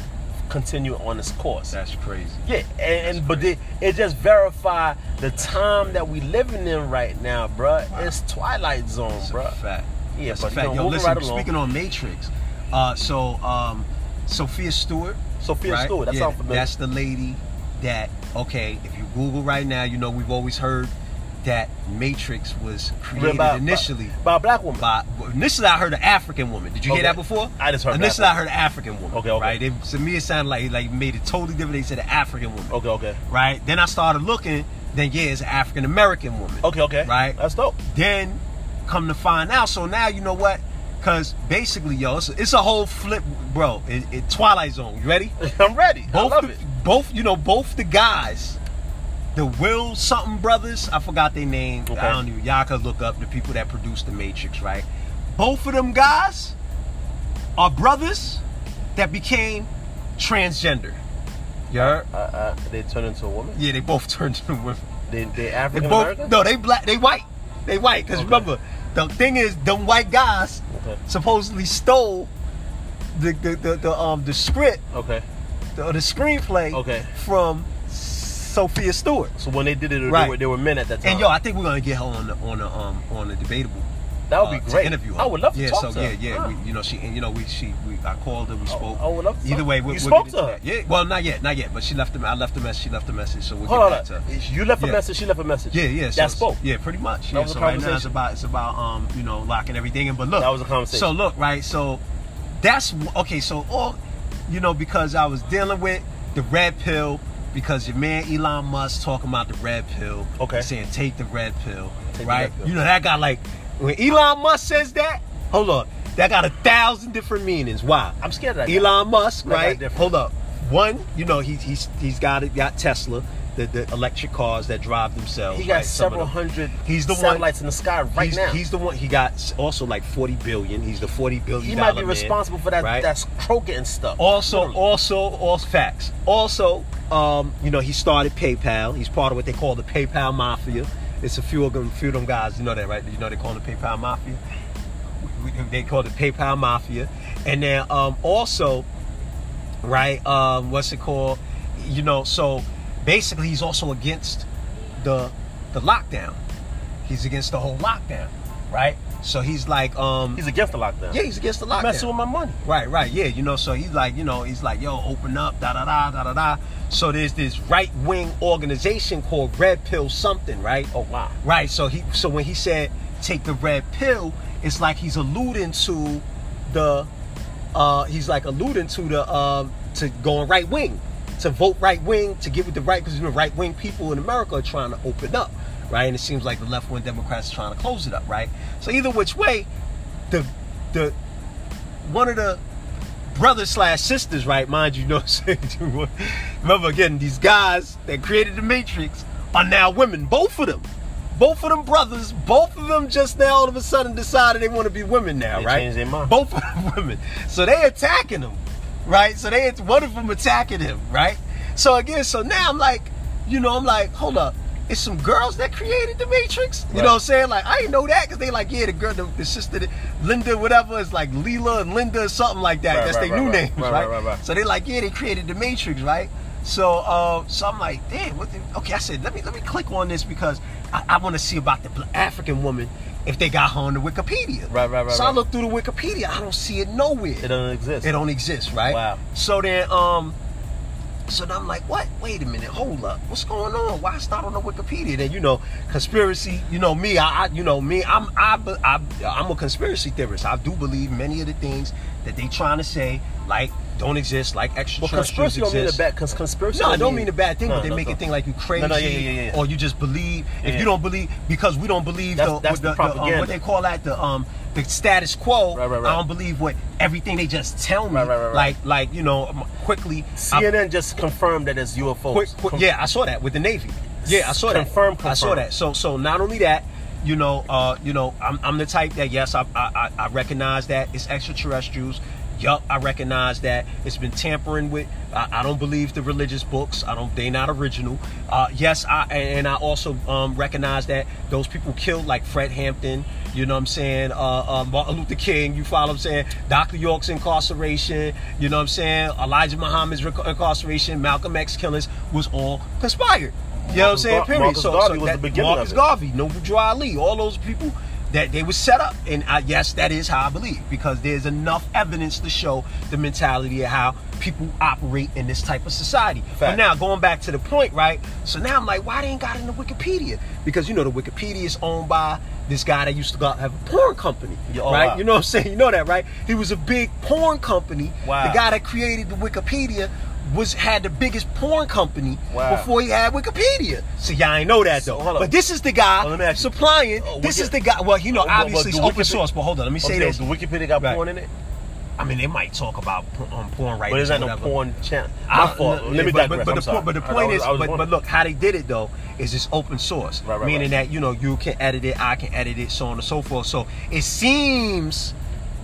B: continue on its course.
A: That's crazy.
B: yeah, and, and but it, it just verified the time that we living in right now, bruh. It's Twilight Zone,
A: That's
B: bruh.
A: a fact.
B: Yeah,
A: That's
B: but
A: a
B: you
A: fact.
B: know,
A: Yo,
B: moving
A: listen.
B: right along.
A: speaking on Matrix, uh, so um, Sophia Stewart.
B: Sophia
A: right?
B: Stewart, that
A: yeah,
B: sounds familiar.
A: That's the lady that. Okay, if you Google right now, you know we've always heard that Matrix was created
B: By- by-
A: initially.
B: by, a black woman.
A: by well, initially I heard an African woman. Did you
B: Okay.
A: hear that before?
B: I just heard an
A: Initially
B: African.
A: I heard an African woman.
B: Okay, okay.
A: Right. It, to me it sounded like like made it totally different. They said an African woman.
B: okay, okay,
A: Right. Then I started looking. Then yeah, it's an African American woman.
B: okay, okay.
A: Right.
B: That's dope.
A: Then come to find out. So now you know what? Cause basically, yo, it's, it's a whole flip, bro. It, it Twilight Zone. You ready?
B: *laughs* I'm ready.
A: both
B: I love
A: the,
B: it.
A: both you know both the guys the will something brothers i forgot their name
B: Okay.
A: i don't even y'all could look up the people that produced the matrix right both of them guys are brothers that became transgender yeah
B: Uh, uh, they turn into a woman.
A: yeah they both *laughs* turned into women
B: They they
A: they
B: African
A: both
B: American.
A: no they black they white they white because
B: Okay.
A: remember the thing is them white guys
B: Okay.
A: supposedly stole the the, the, the um the script
B: Okay.
A: the, the screenplay
B: Okay.
A: from s- Sophia Stewart.
B: So when they did it,
A: Right.
B: they, were, they were men at that time.
A: And yo, I think we're gonna get her on the on the um on the debatable.
B: that would be
A: uh, to
B: great.
A: interview her.
B: I would love to
A: yeah,
B: talk
A: so,
B: to
A: yeah,
B: her.
A: Yeah,
B: Huh.
A: yeah. You know, she and you know we she we I called her, we spoke.
B: I would love to
A: Either
B: talk-
A: way,
B: You
A: we'll, we'll
B: spoke
A: get
B: to
A: into
B: her?
A: That. Yeah, well, not yet, not yet. But she left. A, I left a message. She left a message. So we'll
B: Hold
A: get
B: on.
A: back to her.
B: You left a
A: Yeah.
B: message. She left a message.
A: Yeah, yeah.
B: That
A: so-
B: spoke.
A: Yeah, pretty much.
B: That
A: yeah,
B: was a
A: so right now it's
B: conversation.
A: about it's about um you know locking everything in. But look,
B: That was a conversation.
A: So look, right. So that's okay. So all you know because I was dealing with the red pill because your man Elon Musk talking about the red pill.
B: Okay.
A: Saying take the red pill.
B: Take the
A: right.
B: red pill.
A: You know that guy like when Elon Musk says that. Hold up. That got a thousand different meanings. Why?
B: I'm scared of that. guy.
A: Elon Musk,
B: That guy
A: right?
B: different.
A: Hold up. One, you know, he's he's he's got it. Got Tesla, the, the electric cars that drive themselves.
B: He got
A: right? Some of
B: several
A: them.
B: hundred.
A: He's the one-
B: satellites in the sky right
A: he's,
B: now.
A: He's the one. He got s- also like forty billion. He's the forty billion.
B: he might be
A: dollar man,
B: responsible for that.
A: right? Oh.
B: That's Kroger and stuff.
A: also,
B: Literally.
A: also, all facts. Also, um, you know, he started PayPal. He's part of what they call the PayPal mafia. It's a few of them, few of them guys. You know that, right? You know they call it the PayPal mafia. We- we- They call it the PayPal mafia. And then um, also, right? Um, what's it called? You know, so basically, he's also against the the lockdown. He's against the whole lockdown, right? So he's like, um,
B: he's against the lockdown.
A: yeah, he's against the
B: He's
A: lockdown.
B: messing with my money.
A: Right, right, yeah, you know, so he's like, you know, he's like, yo, open up, da da da da da da. So there's this right wing organization called Red Pill something, right?
B: Oh wow.
A: Right, so he, so when he said take the red pill, it's like he's alluding to the, uh, he's like alluding to the, um, to going right wing, to vote right wing, to get with the right, because you know right wing people in America are trying to open up, right? And it seems like the left wing Democrats are trying to close it up, right? So either which way, the, the one of the brothers slash sisters, right? Mind you, you know what I'm saying? *laughs* Remember again, these guys that created the Matrix are now women, both of them. Both of them brothers, both of them just now all of a sudden decided they want to be women now,
B: They
A: right?
B: changed their mind.
A: Both of them women. So they attacking him, right? So they one of them attacking him, right? So again, so now I'm like, you know, I'm like, hold up. It's some girls that created the Matrix. You
B: Right.
A: know what I'm saying? Like, I didn't know that because they like, yeah, the girl, the, the sister, that- Linda, whatever, is like Leela and Linda or something like that.
B: Right,
A: That's
B: right,
A: their new
B: right, right.
A: names,
B: Right,
A: right?
B: right, right, right.
A: So they like, yeah, they created the Matrix, right? So, uh, so I'm like, damn. What the, okay, I said, let me let me click on this because I, I want to see about the bl- African woman if they got her on the Wikipedia.
B: Right, right, right,
A: So I
B: right.
A: look through the Wikipedia, I don't see it nowhere.
B: It doesn't exist.
A: It don't exist, right?
B: Wow.
A: So then, um, so then I'm like, what? Wait a minute, hold up, what's going on? Why it's not on the Wikipedia? Then you know, conspiracy. You know me, I, I you know me, I'm, I, be- I, I'm a conspiracy theorist. I do believe many of the things that they trying to say, like don't exist, like
B: Well,
A: extraterrestrials
B: conspiracy don't mean a
A: exist.
B: bad. Cause conspiracy.
A: No, I don't mean a bad thing,
B: No,
A: but they
B: no,
A: make
B: no.
A: it think like you crazy
B: No, no, yeah, yeah, yeah, yeah.
A: or you just believe.
B: Yeah,
A: if
B: yeah.
A: you don't believe, because we don't believe
B: That's-
A: the,
B: that's the
A: the, the, um,
B: propaganda.
A: what they call that the um the status quo.
B: Right, right, right.
A: I don't believe what everything they just tell me.
B: Right, right, right, right.
A: Like like you know um, quickly. I-
B: CNN just confirmed that it's UFOs.
A: quick, quick,
B: Con-
A: yeah, I saw that with the Navy. Yeah, I saw that.
B: Confirm,
A: I saw
B: confirm.
A: that. So so not only that, you know, uh, you know, I'm, I'm the type that yes, I, I I I recognize that it's extraterrestrials. Yup, I recognize that it's been tampering with. I, I don't believe the religious books. I don't. They not original. Uh, yes, I and, and I also um, recognize that those people killed like Fred Hampton. You know what I'm saying? Uh, uh, Martin Luther King. You follow what I'm saying? Dr. York's incarceration. You know what I'm saying? Elijah Muhammad's rec- incarceration. Malcolm X killings was all conspired. You know what I'm
B: Marcus
A: saying?
B: Gar-
A: Period.
B: Marcus
A: so,
B: Garvey
A: so
B: was
A: that,
B: the beginning of
A: Marcus
B: it.
A: Garvey, Noble Drew Ali, all those people that they were set up. And I, yes, that is how I believe because there's enough evidence to show the mentality of how people operate in this type of society.
B: Fact.
A: But now going back to the point, right? So now I'm like, why they ain't got it in the Wikipedia? Because you know the Wikipedia is owned by this guy that used to go out and have a porn company,
B: Yeah, oh,
A: right?
B: wow.
A: You know what I'm saying? You know that, right? He was a big porn company.
B: Wow.
A: The guy that created the Wikipedia was had the biggest porn company
B: Wow.
A: before he had Wikipedia. So y'all ain't know that
B: So,
A: though.
B: hold on.
A: But this is the guy
B: Well, let me ask you.
A: supplying.
B: Oh,
A: this
B: Wiki-
A: is the guy. Well, you know,
B: Well, well,
A: obviously
B: do
A: it's open
B: Wikipedia-
A: source. But hold on, let me say
B: Okay,
A: this.
B: The Wikipedia got
A: Right.
B: porn in it,
A: I mean, they might talk about porn, um, porn right
B: but there's
A: now,
B: not no
A: whatever.
B: porn channel.
A: I-
B: My fault.
A: no, yeah,
B: Let me
A: but, but-
B: digress.
A: but
B: I'm
A: the
B: sorry.
A: point, but the
B: I- I
A: point
B: was-
A: is,
B: I was
A: but, but
B: wondering.
A: look, how they did it though is it's open source,
B: Right, right,
A: meaning
B: right.
A: that you know you can edit it, I can edit it, so on and so forth. So it seems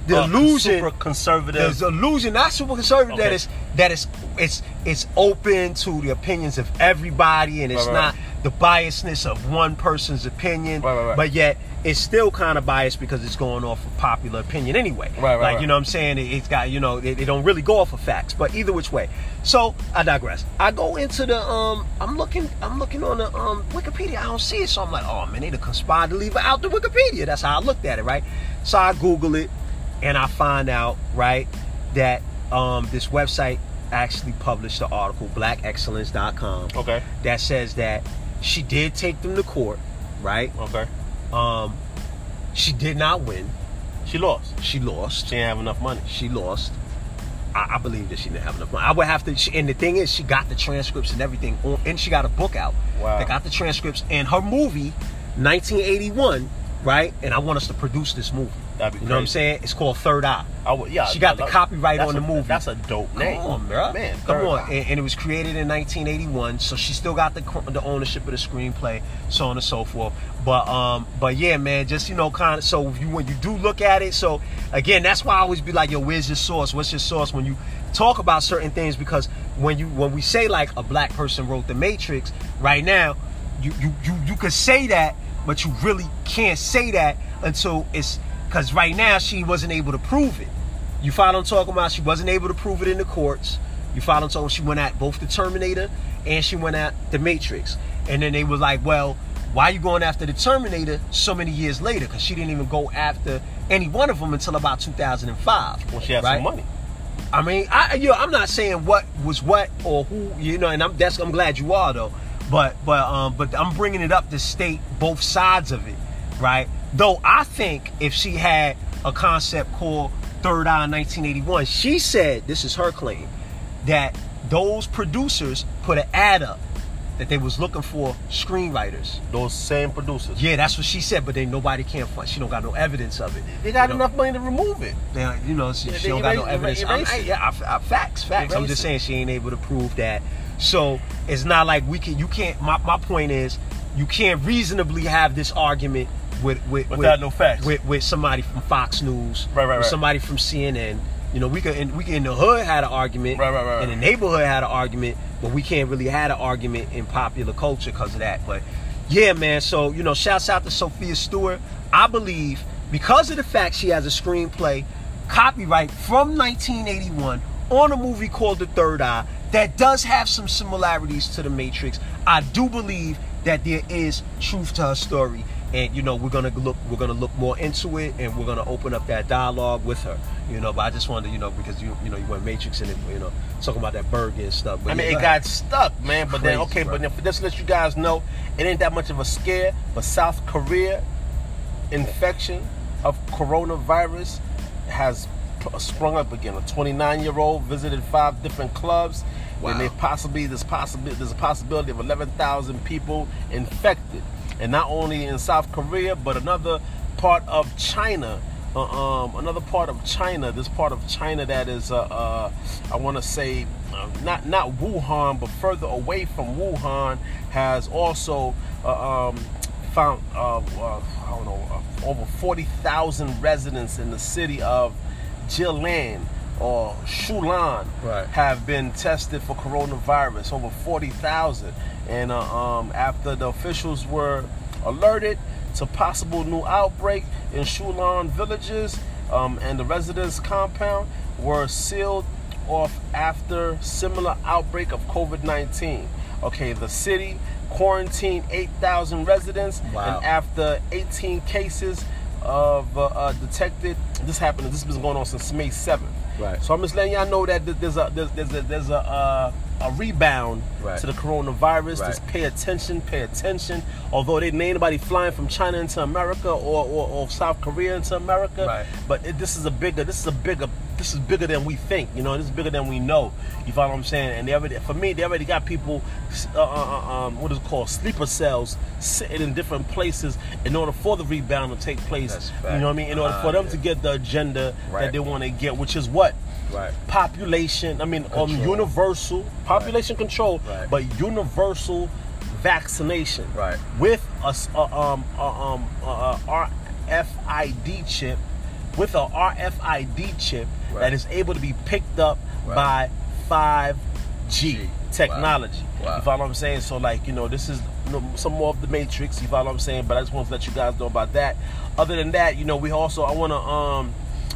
A: the
B: Uh,
A: illusion,
B: super conservative.
A: the illusion, not super conservative, that
B: Okay.
A: is that is it's it's open to the opinions of everybody, and it's
B: Right,
A: not
B: right,
A: the biasness of one person's opinion,
B: Right, right, right.
A: but yet it's still kind of biased because it's going off of popular opinion anyway.
B: Right, right,
A: Like
B: right.
A: you know what I'm saying? It, it's got you know they, they don't really go off of facts, but either which way. So I digress. I go into the um I'm looking I'm looking on the um Wikipedia. I don't see it, so I'm like, oh man, they done conspired to leave it out the Wikipedia. That's how I looked at it, right? So I Google it, and I find out right that um this website actually published the article blackexcellence.com
B: Okay.
A: that says that she did take them to court, right?
B: Okay.
A: Um, she did not win.
B: She lost.
A: She lost.
B: She didn't have enough money.
A: She lost. I, I believe that she didn't have enough money. I would have to. She, and the thing is, she got the transcripts and everything, on, and she got a book out.
B: Wow.
A: They got the transcripts and her movie, 1981, right? And I want us to produce this movie.
B: That'd be
A: You know what I'm
B: crazy.
A: saying? It's called Third Eye.
B: I would, yeah.
A: She got
B: I
A: the
B: love-
A: copyright
B: that's
A: on
B: a-
A: the movie.
B: That's a dope name.
A: Come on, bro.
B: Man,
A: Come
B: third
A: on.
B: eye.
A: And, and it was created in 1981, so she still got the cr- the ownership of the screenplay, so on and so forth. But um, but yeah, man, just you know, kind of. So you when you do look at it, so again, that's why I always be like, yo, where's your source? What's your source when you talk about certain things? Because when you when we say like a black person wrote the Matrix, right now, you you you you could say that, but you really can't say that until it's because right now she wasn't able to prove it. You follow what I'm talking about? She wasn't able to prove it in the courts. You follow what I'm talking She went at both the Terminator and she went at the Matrix. And then they were like, well, why you going after the Terminator so many years later? Because she didn't even go after any one of them until about 2005.
B: Well, she had
A: right?
B: some money.
A: I mean, I you know, I'm not saying what was what or who you know, and I'm that's I'm glad you are though, but but um but I'm bringing it up to state both sides of it, right? Though I think if she had a concept called Third Eye 1981, she said this is her claim that those producers put an ad up that they was looking for screenwriters.
B: Those same producers.
A: Yeah, that's what she said, but then nobody can't find. She don't got no evidence of it.
B: They
A: You
B: got
A: know?
B: enough money to remove it.
A: Now, you know, she,
B: Yeah,
A: she
B: they
A: don't got no evidence.
B: erase- erase
A: I'm- I-
B: it.
A: yeah, I- I- facts, facts. I'm
B: Erase
A: just
B: it.
A: saying she ain't able to prove that. So it's not like we can. You can't. My, my point is, you can't reasonably have this argument with with
B: Without
A: with,
B: no facts.
A: With, with somebody from Fox News,
B: Right, right,
A: or
B: right.
A: Somebody from CNN. You know, we could in, we could in the hood had an argument,
B: Right, right, right,
A: In the neighborhood had an argument, but we can't really had an argument in popular culture because of that. But yeah, man. So you know, shouts out to Sophia Stewart. I believe because of the fact she has a screenplay copyright from 1981 on a movie called The Third Eye that does have some similarities to The Matrix. I do believe that there is truth to her story, and you know we're gonna look we're gonna look more into it, and we're gonna open up that dialogue with her. You know, but I just wanted to, you know because you you know you went Matrix and it, you know talking about that burger and stuff. But
B: I mean,
A: yeah,
B: it
A: go ahead.
B: got stuck, man. But then,
A: Crazy,
B: okay,
A: bro.
B: but then, just to let you guys know, it ain't that much of a scare. But South Korea infection of coronavirus has p- sprung up again. A 29-year-old visited five different clubs,
A: Wow.
B: and they possibly there's possibly there's a possibility of 11,000 people infected, and not only in South Korea, but another part of China. Uh, um, another part of China, this part of China that is, uh, uh, I want to say, uh, not not Wuhan, but further away from Wuhan, has also uh, um, found uh, uh, I don't know uh, over forty thousand residents in the city of Jilin or Shulan
A: Right.
B: have been tested for coronavirus. Over forty thousand, and uh, um, after the officials were alerted to possible new outbreak in Shulan villages um, and the residents' compound were sealed off after similar outbreak of COVID-19. Okay, the city quarantined 8,000 residents
A: Wow.
B: and after 18 cases of uh, uh, detected, this happened. This has been going on since May 7th.
A: Right.
B: So I'm just letting y'all know that th- there's a there's there's a, there's a, uh, a rebound
A: Right.
B: to the coronavirus.
A: Right.
B: Just pay attention, pay attention. Although they ain't anybody flying from China into America or, or, or South Korea into America,
A: Right.
B: but it, this is a bigger this is a bigger this is bigger than we think. You know, this is bigger than we know. You follow what I'm saying? And they already for me they already got people uh, uh, uh, um, what is it called sleeper cells sitting in different places in order for the rebound to take place.
A: That's
B: you know what I mean? In order
A: fact.
B: for them
A: Ah,
B: to
A: yeah.
B: get the agenda
A: Right.
B: that they want to get, which is what
A: Right.
B: population. I mean, um,
A: Control.
B: universal population control,
A: Right.
B: but universal vaccination.
A: Right.
B: With a, s- a, um a, um a, a RFID chip, with a RFID chip
A: Right.
B: that is able to be picked up
A: Right.
B: by five G
A: G. Wow.
B: technology.
A: Wow.
B: You follow what I'm saying? So like you know, this is know, some more of the Matrix. You follow what I'm saying? But I just want to let you guys know about that. Other than that, you know, we also I want to um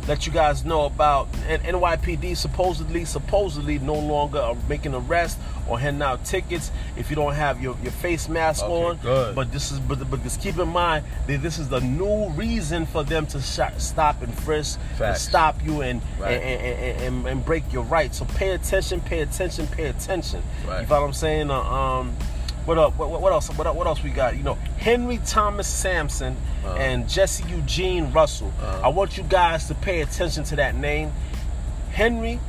B: let you guys know about and NYPD supposedly supposedly no longer are making arrests or handing out tickets if you don't have your, your face mask
A: Okay,
B: on.
A: good.
B: But this is but, but just keep in mind that this is the new reason for them to shot, stop and frisk, to
A: Facts.
B: stop you and,
A: Right.
B: and, and, and and break your rights. So pay attention, pay attention, pay attention. You
A: Right.
B: follow what I'm saying? Uh, um, what up? What, what what else? What, what else we got? You know, Henry Thomas Sampson
A: Uh-huh.
B: and Jesse Eugene Russell.
A: Uh-huh.
B: I want you guys to pay attention to that name, Henry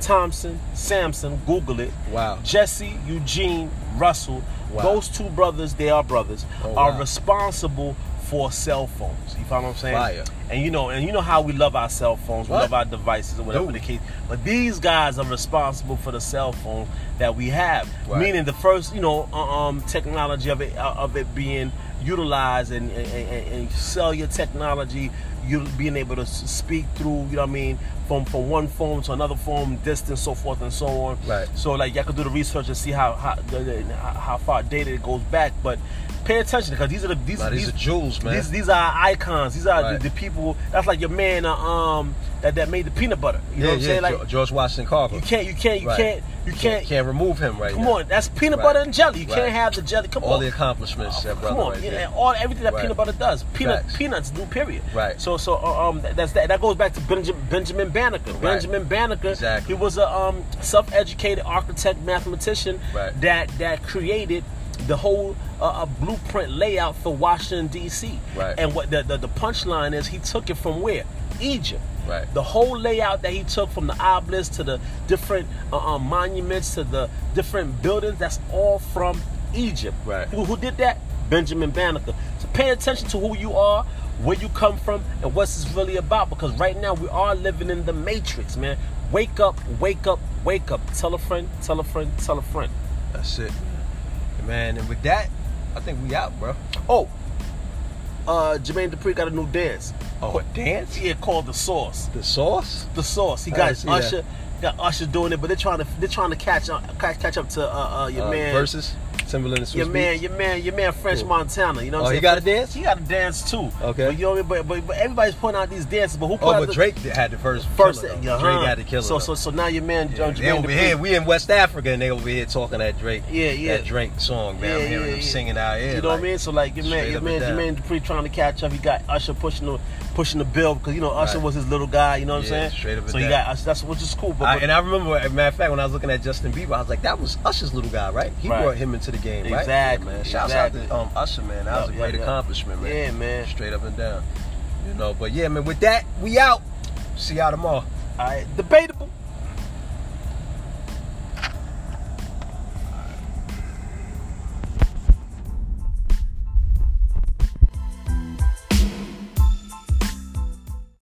B: Thompson Sampson. Google it.
A: Wow.
B: Jesse Eugene Russell.
A: Wow.
B: Those two brothers, they are brothers,
A: Oh,
B: are
A: wow.
B: responsible for cell phones. You follow what I'm saying?
A: Fire.
B: And you know, and you know how we love our cell phones, we
A: What?
B: love our devices, or whatever
A: Dude.
B: the case. But these guys are responsible for the cell phones that we have.
A: Right.
B: Meaning the first, you know, uh, um, technology of it uh, of it being utilized and and, and, and cellular technology, you being able to s- speak through, you know what I mean, from from one phone to another phone, distance, so forth and so on.
A: Right.
B: So like y'all could do the research and see how how the- the- how far data it goes back, but pay attention because these are the these,
A: Nah, these are jewels, man.
B: These, these are our icons. These are
A: Right.
B: the, the people. That's like your man uh, um that, that made the peanut butter. You know what I'm saying? Like
A: Ge- George Washington Carver.
B: you can't you can't you
A: Right.
B: can't you
A: can't,
B: can't.
A: can't remove him right
B: come
A: now.
B: on, that's peanut
A: Right.
B: butter and jelly. You
A: Right.
B: can't have the jelly. Come
A: All
B: on.
A: the accomplishments, that brother
B: Oh, Come on,
A: right
B: yeah,
A: there.
B: and all everything that
A: Right.
B: peanut butter does, peanut
A: Facts.
B: peanuts do. Period.
A: Right.
B: So so uh, um that- that's that, that goes back to Benjamin Benjamin Banneker. Benjamin Banneker.
A: Exactly.
B: He was a um self-educated architect mathematician
A: Right.
B: that that created the whole uh, uh, blueprint layout for Washington D.C.
A: Right.
B: And what the, the the punchline is, he took it from where Egypt.
A: Right.
B: The whole layout that he took from the obelisk to the different uh, uh, monuments to the different buildings, that's all from Egypt.
A: Right.
B: Who, who did that? Benjamin Banneker. So pay attention to who you are, where you come from, and what's this really about. Because right now we are living in the matrix, man. Wake up, wake up, wake up. Tell a friend, tell a friend, tell a friend.
A: That's it, man. man. And with that, I think we out, bro.
B: Oh, uh, Jermaine Dupri got a new dance.
A: Oh, dance?
B: Yeah, called the Source.
A: The sauce?
B: The Source. He
A: I
B: got
A: didn't see that.
B: Usher. Got Usher doing it, but they're trying to they're trying to catch up catch, catch up to uh, uh, your
A: Uh,
B: man.
A: Versus Timberland and Swiss
B: your man,
A: Beats?
B: your man, your man, French
A: Cool.
B: Montana. You know what
A: Oh,
B: I'm
A: he
B: saying?
A: got a dance?
B: He got a dance too.
A: Okay.
B: But you know what I mean? But, but, but everybody's pointing out these dances. But who put
A: Oh,
B: out
A: but
B: the
A: Drake did- had the first
B: first?
A: killer, though.
B: yeah,
A: Drake
B: huh?
A: had the killer.
B: So so
A: though.
B: so now your man,
A: Yeah,
B: uh,
A: they
B: Jermaine
A: over
B: Dupri-
A: here, we in West Africa, and they over here talking that Drake,
B: Yeah, yeah.
A: that Drake song, man.
B: Yeah,
A: I'm hearing
B: yeah,
A: them
B: yeah.
A: singing out here.
B: You know
A: like,
B: what I mean? So like your man,
A: straight
B: your
A: up and
B: man, Jermaine Dupri trying to catch up. He got Usher pushing the pushing the bill because you know Usher
A: Right.
B: was his little guy. You know what
A: Yeah,
B: I'm saying?
A: straight up and
B: so he
A: down.
B: got Usher. That's which is cool. But,
A: I,
B: but-
A: and I remember, as a matter of fact, when I was looking at Justin Bieber, I was like, that was Usher's little guy, right? He
B: Right.
A: brought him into the game, right?
B: Exactly,
A: Yeah, man. Shouts out to
B: exactly.
A: um, Usher, man. That was a
B: Yeah,
A: great
B: yeah, yeah.
A: accomplishment, man.
B: Yeah, man.
A: Straight up and down. You know, but yeah, man, with that, we out. See y'all tomorrow.
B: all right, debatable.